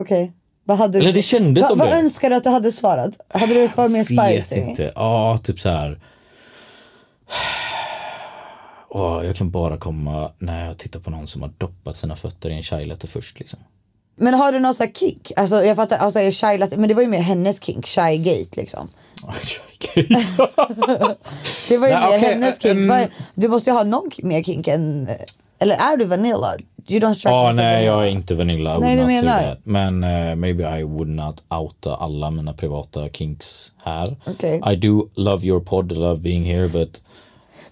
Okej. Vad hade du? Eller det kändes Va- som vad det. önskar du att du hade svarat? Hade du varit mer Vet spicy? inte. Ja, typ så här. Åh, jag kan bara komma när jag tittar på någon som har doppat sina fötter i en chai latte först liksom. Men har du någon sån här kick? Alltså jag fattar, alltså, är shy lat- men det var ju mer hennes kink, shy gate liksom. Det var ju Nej, mer okej, hennes eh, kink. ehm. Vad- du måste ju ha någon ki- mer kink än, eller är du vanilla? You don't strike me as a Ja, Ah, nej vanilla. jag är inte Vanilla. I would Nej, du not say menar. that. Men eh, maybe I would not outa alla mina privata kinks här. Okej. I do love your pod, love being here but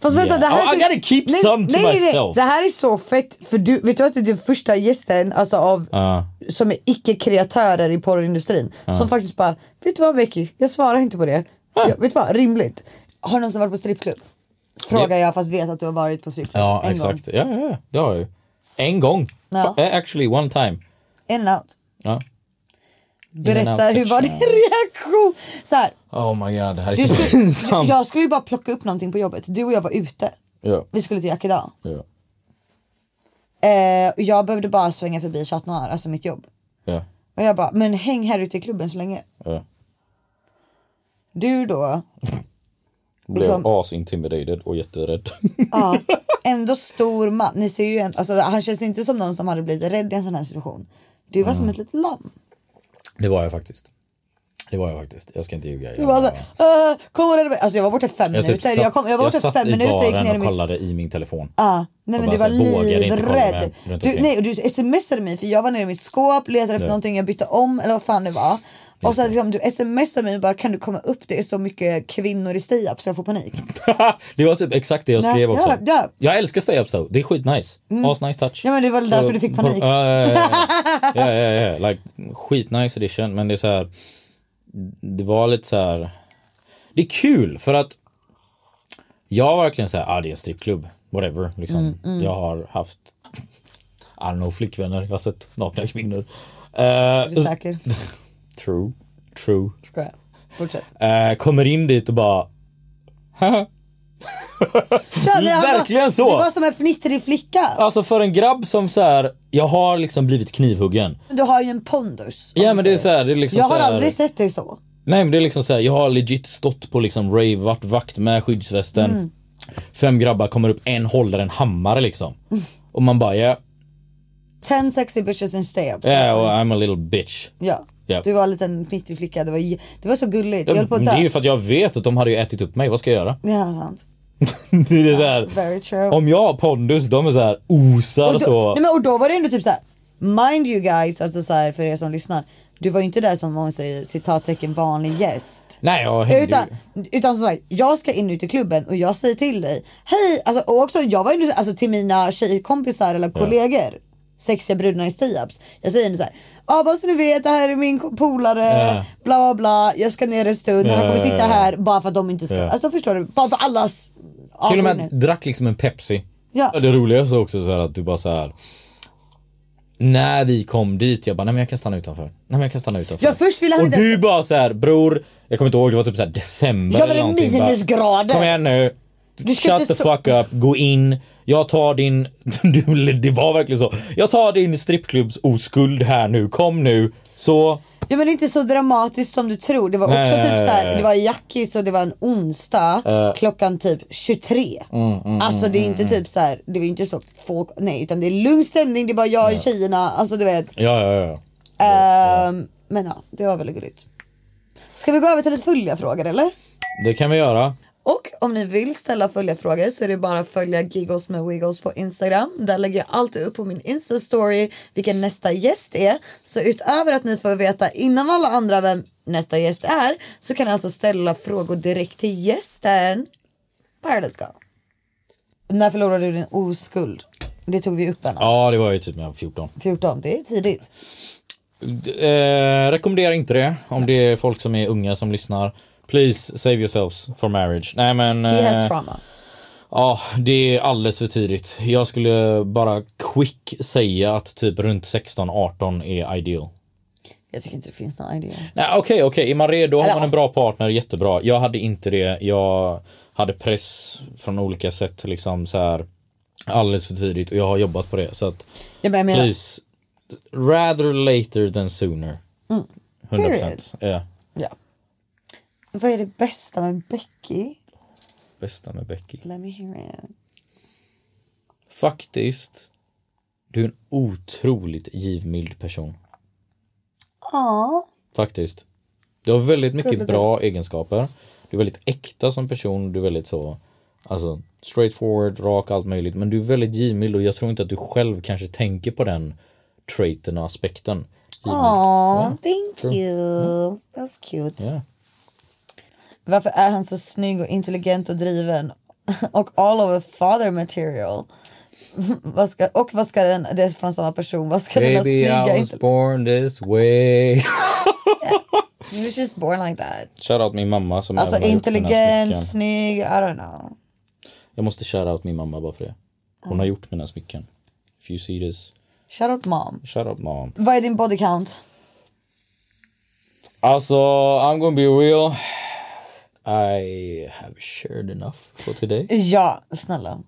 Fast vänta, Yeah. det här Oh, I typ- gotta keep some to myself. Det här är så fett, för du, vet du att du är den första gästen alltså av, som är icke-kreatörer i porrindustrin som faktiskt bara, vet du vad Becky, jag svarar inte på det. Jag, vet du vad, rimligt. Har du någonsin varit på strippklubb? Frågar jag fast vet att du har varit på strippklubb ja en gång. exakt. Ja, ja, ja. Det har jag ju. En gång. Ja. Fa- eh, Actually one time. In and out. Ja. In and Berätta, out, hur var din touchdown. reaktion? Så här, Oh my god, det här är du så skulle, pinsamt. jag skulle ju bara plocka upp någonting på jobbet, du och jag var ute. Ja, Vi skulle till Yakida. ja, Eh, och jag behövde bara svänga förbi Chat Noir, alltså mitt jobb. ja. Och jag bara, men häng här ute i klubben så länge. ja. Du då, Blev Liksom- asintimidated och jätterädd. ja, ändå stor man. Ni ser ju en, alltså, han känns inte som någon som hade blivit rädd i en sån här situation. Du var som ett litet lamm. det var jag faktiskt. Det var jag faktiskt. Jag ska inte ljuga. Du Jag, var så här, "Äh, kom och rädda mig. Alltså jag var borta i fem jag, typ minuter. satt, jag, kom, jag var jag borta i satt fem i minuter, gick baren ner i och mitt... kollade i min telefon. Ja, nej men Och du bara var så här, vågade inte kolla mig livrädd. runt Du, omkring. nej, och du smsade mig för jag var nere i mitt skåp, letade efter Ja. någonting, jag bytte om eller vad fan det var. Och sen liksom, du smsade mig och bara kan du komma upp, det är så mycket kvinnor i Stiab så jag får panik. det var typ exakt det jag Nej, skrev också. ja, ja. Jag älskar stay-ups though. Det är skitnice. Asnice Mm. touch. Ja men det var väl Så- därför du fick panik. Ja, ja, ja, ja. ja, ja, ja. Like, skitnice edition, men det är så här. Det var lite så här. Det är kul för att jag var verkligen så här, ah, det är en strippklubb, whatever. Liksom. Jag har haft, I don't know, flickvänner, jag har sett nakna kvinnor. Är du Uh, säker? true, true. Äh, Skojar. Fortsätt. Eh, kommer in dit och bara, "Haha, Kände jag, Verkligen så! Det var som en fnittrig flicka. Alltså för en grabb som så här, jag har liksom blivit knivhuggen. Du har ju en pondus. om Ja man men det är så säger. här, det är liksom jag så har här, aldrig sett dig så. Nej men det är liksom så här, jag har legit stått på liksom rave, varit vakt med skyddsvästen. Mm. Fem grabbar kommer upp, en håller en hammare liksom. Och man bara, ja, Ten sexy bitches in stay up. yeah, well, I'm a little bitch. Ja. Ja. Du var en liten fnittrig flicka. Det var, j- det var så gulligt. Jag höll på att Men det är dö. ju för att jag vet att de hade ju ätit upp mig, vad ska jag göra? Ja, sant. det är så här, Very true. om jag har pondus, de är så här osar Och då, så. nej, men, och då var det ändå typ så här. Mind you guys, alltså så här, för er som lyssnar. Du var ju inte där som man säger citattecken vanlig gäst. Nej jag hängde Eh, Utan, ju. utan som sagt, jag ska in ut i klubben och jag säger till dig. Hej! Alltså, och också jag var ju alltså, till mina tjejkompisar eller kollegor. Sexiga brudarna i Stiabs. Jag säger så här. Ja ah, bara så ni vet det här är min ko- polare. Ja. Bla bla bla. Jag ska ner en stund. Ja, Han kommer ja, ja, sitta ja. här bara för att de inte ska. Ja. Alltså förstår du? Bara för allas Till och med avgångar. drack liksom en Pepsi. Ja. Det roligaste är också så här att du bara så här. När vi kom dit, jag bara nej men jag kan stanna utanför. Nej men jag kan stanna utanför. Ja, först ville han Och inte- du bara så här bror, jag kommer inte ihåg, det var typ så här december Ja, men eller det är någonting. bara, minusgrader. Kom igen nu. Du ska Shut inte the stå- fuck up, gå in. Jag tar din, du, det var verkligen så. Jag tar din strippklubbs oskuld här nu, kom nu. Så, Ja men det är inte så dramatiskt som du tror. Det var Nej, också nej, typ nej, så nej. Eh. här, det var i Jackis och det var en onsdag klockan typ 23. Mm, alltså det är inte typ så här, det var inte så folk, nej utan det är lugn stämning, det är bara jag och tjejerna, alltså du vet. ja ja ja. Ehm, Men ja, det var väldigt gulligt. Ska vi gå över till lite följarfrågor eller? Det kan vi göra. Och om ni vill ställa följarfrågor så är det bara att följa Giggles med Wiggles på Instagram. Där lägger jag alltid upp på min Insta-story vilken nästa gäst är. Så utöver att ni får veta innan alla andra vem nästa gäst är så kan ni alltså ställa frågor direkt till gästen. Paradise Girl. När förlorade du din oskuld? Det tog vi upp Anna. Ja det var ju typ när jag var 14. 14, det är tidigt. Eh, rekommenderar inte det om det är folk som är unga som lyssnar. Please save yourselves for marriage. Nej men... He eh, has trauma. Ja, det är alldeles för tidigt. Jag skulle bara quick säga att typ runt 16-18 är ideal. Jag tycker inte det finns någon idé. Nej okej, okej. Är man redo har Eller, man ja. en bra partner, jättebra. Jag hade inte det. Jag hade press från olika sätt liksom så här alldeles för tidigt och jag har jobbat på det så att Ja, men jag menar, please rather later than sooner. Mm. 100%. Ja. ja. Vad är det bästa med Becky? Bästa med Becky. Let me hear it. Faktiskt, du är en otroligt givmild person. Ja. Faktiskt. Du har väldigt mycket Gulligt. bra egenskaper. Du är väldigt äkta som person. Du är väldigt så, alltså straight forward, rak, allt möjligt. Men du är väldigt givmild och jag tror inte att du själv kanske tänker på den traiten och aspekten. Givmild. Aww, thank you. That's cute. Ja. Varför är han så snygg och intelligent och driven? och all over father material. vad ska, och vad ska den, det är från samma person, vad ska denna Baby snygga I was inte... born this way. You was just born like that. Shoutout min mamma som Alltså även har gjort den här smycken. intelligent, snygg, I don't know. Jag måste shoutout min mamma bara för det. Hon har gjort mina smycken. If you see this, Shout out mom. shoutout mom. Vad är din body count? Alltså, I'm gonna be real. I have shared enough for today. Ja, snälla.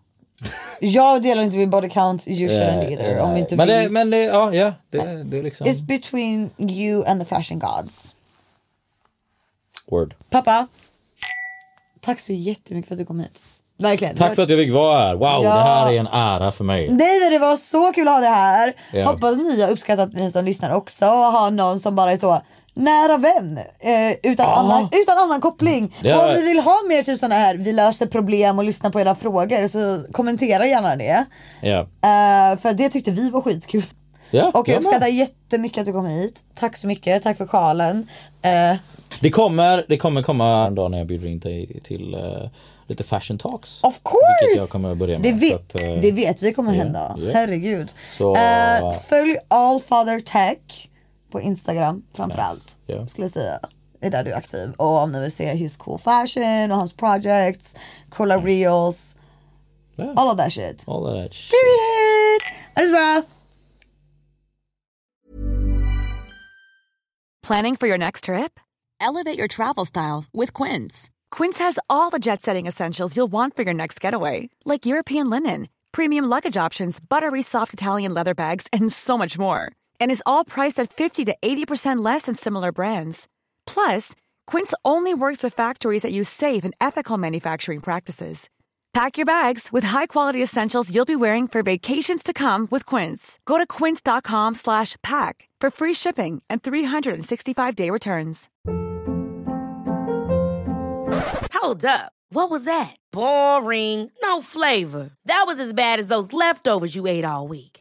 Jag delar inte min body count, you shouldn't either. om inte men vi... det, men det, ja, ja. Det, det är liksom... It's between you and the fashion gods. Word. Pappa. Tack så jättemycket för att du kom hit. Verkligen. Tack för att jag fick vara här. Wow, Ja. det här är en ära för mig. Nej men det var så kul att ha dig här. Ja. Hoppas ni har uppskattat ni som lyssnar också och har någon som bara är så nära vän eh, utan, annan, utan annan koppling. Det och är- om ni vill ha mer typ sådana här vi löser problem och lyssnar på era frågor så kommentera gärna det. Ja. Eh, för det tyckte vi var skitkul. Ja, Och jag jag med. uppskattar jättemycket att du kom hit. Tack så mycket, tack för sjalen. Eh, Det kommer, det kommer komma en dag när jag bjuder in dig till eh, lite fashion talks. Of course! Vilket jag kommer att börja med, Det så vet, att, eh, det vet vi kommer ja, hända. ja. Herregud. Så- Eh, följ Allfather Tech på Instagram framförallt. ja. Skulle jag säga. Är där du är aktiv. Och om ni vill se his cool fashion och hans projects. Kolla reels. Ja. All of that shit. All of that shit. Period! Ha det så bra! Planning for your next trip? Elevate your travel style with Quince. Quince has all the jet setting essentials you'll want for your next getaway, like European linen, premium luggage options, buttery soft Italian leather bags, and so much more. And is all priced at 50 to 80% less than similar brands. Plus, Quince only works with factories that use safe and ethical manufacturing practices. Pack your bags with high-quality essentials you'll be wearing for vacations to come with Quince. Go to quince.com slash pack for free shipping and 365-day returns. Hold up. What was that? Boring. No flavor. That was as bad as those leftovers you ate all week.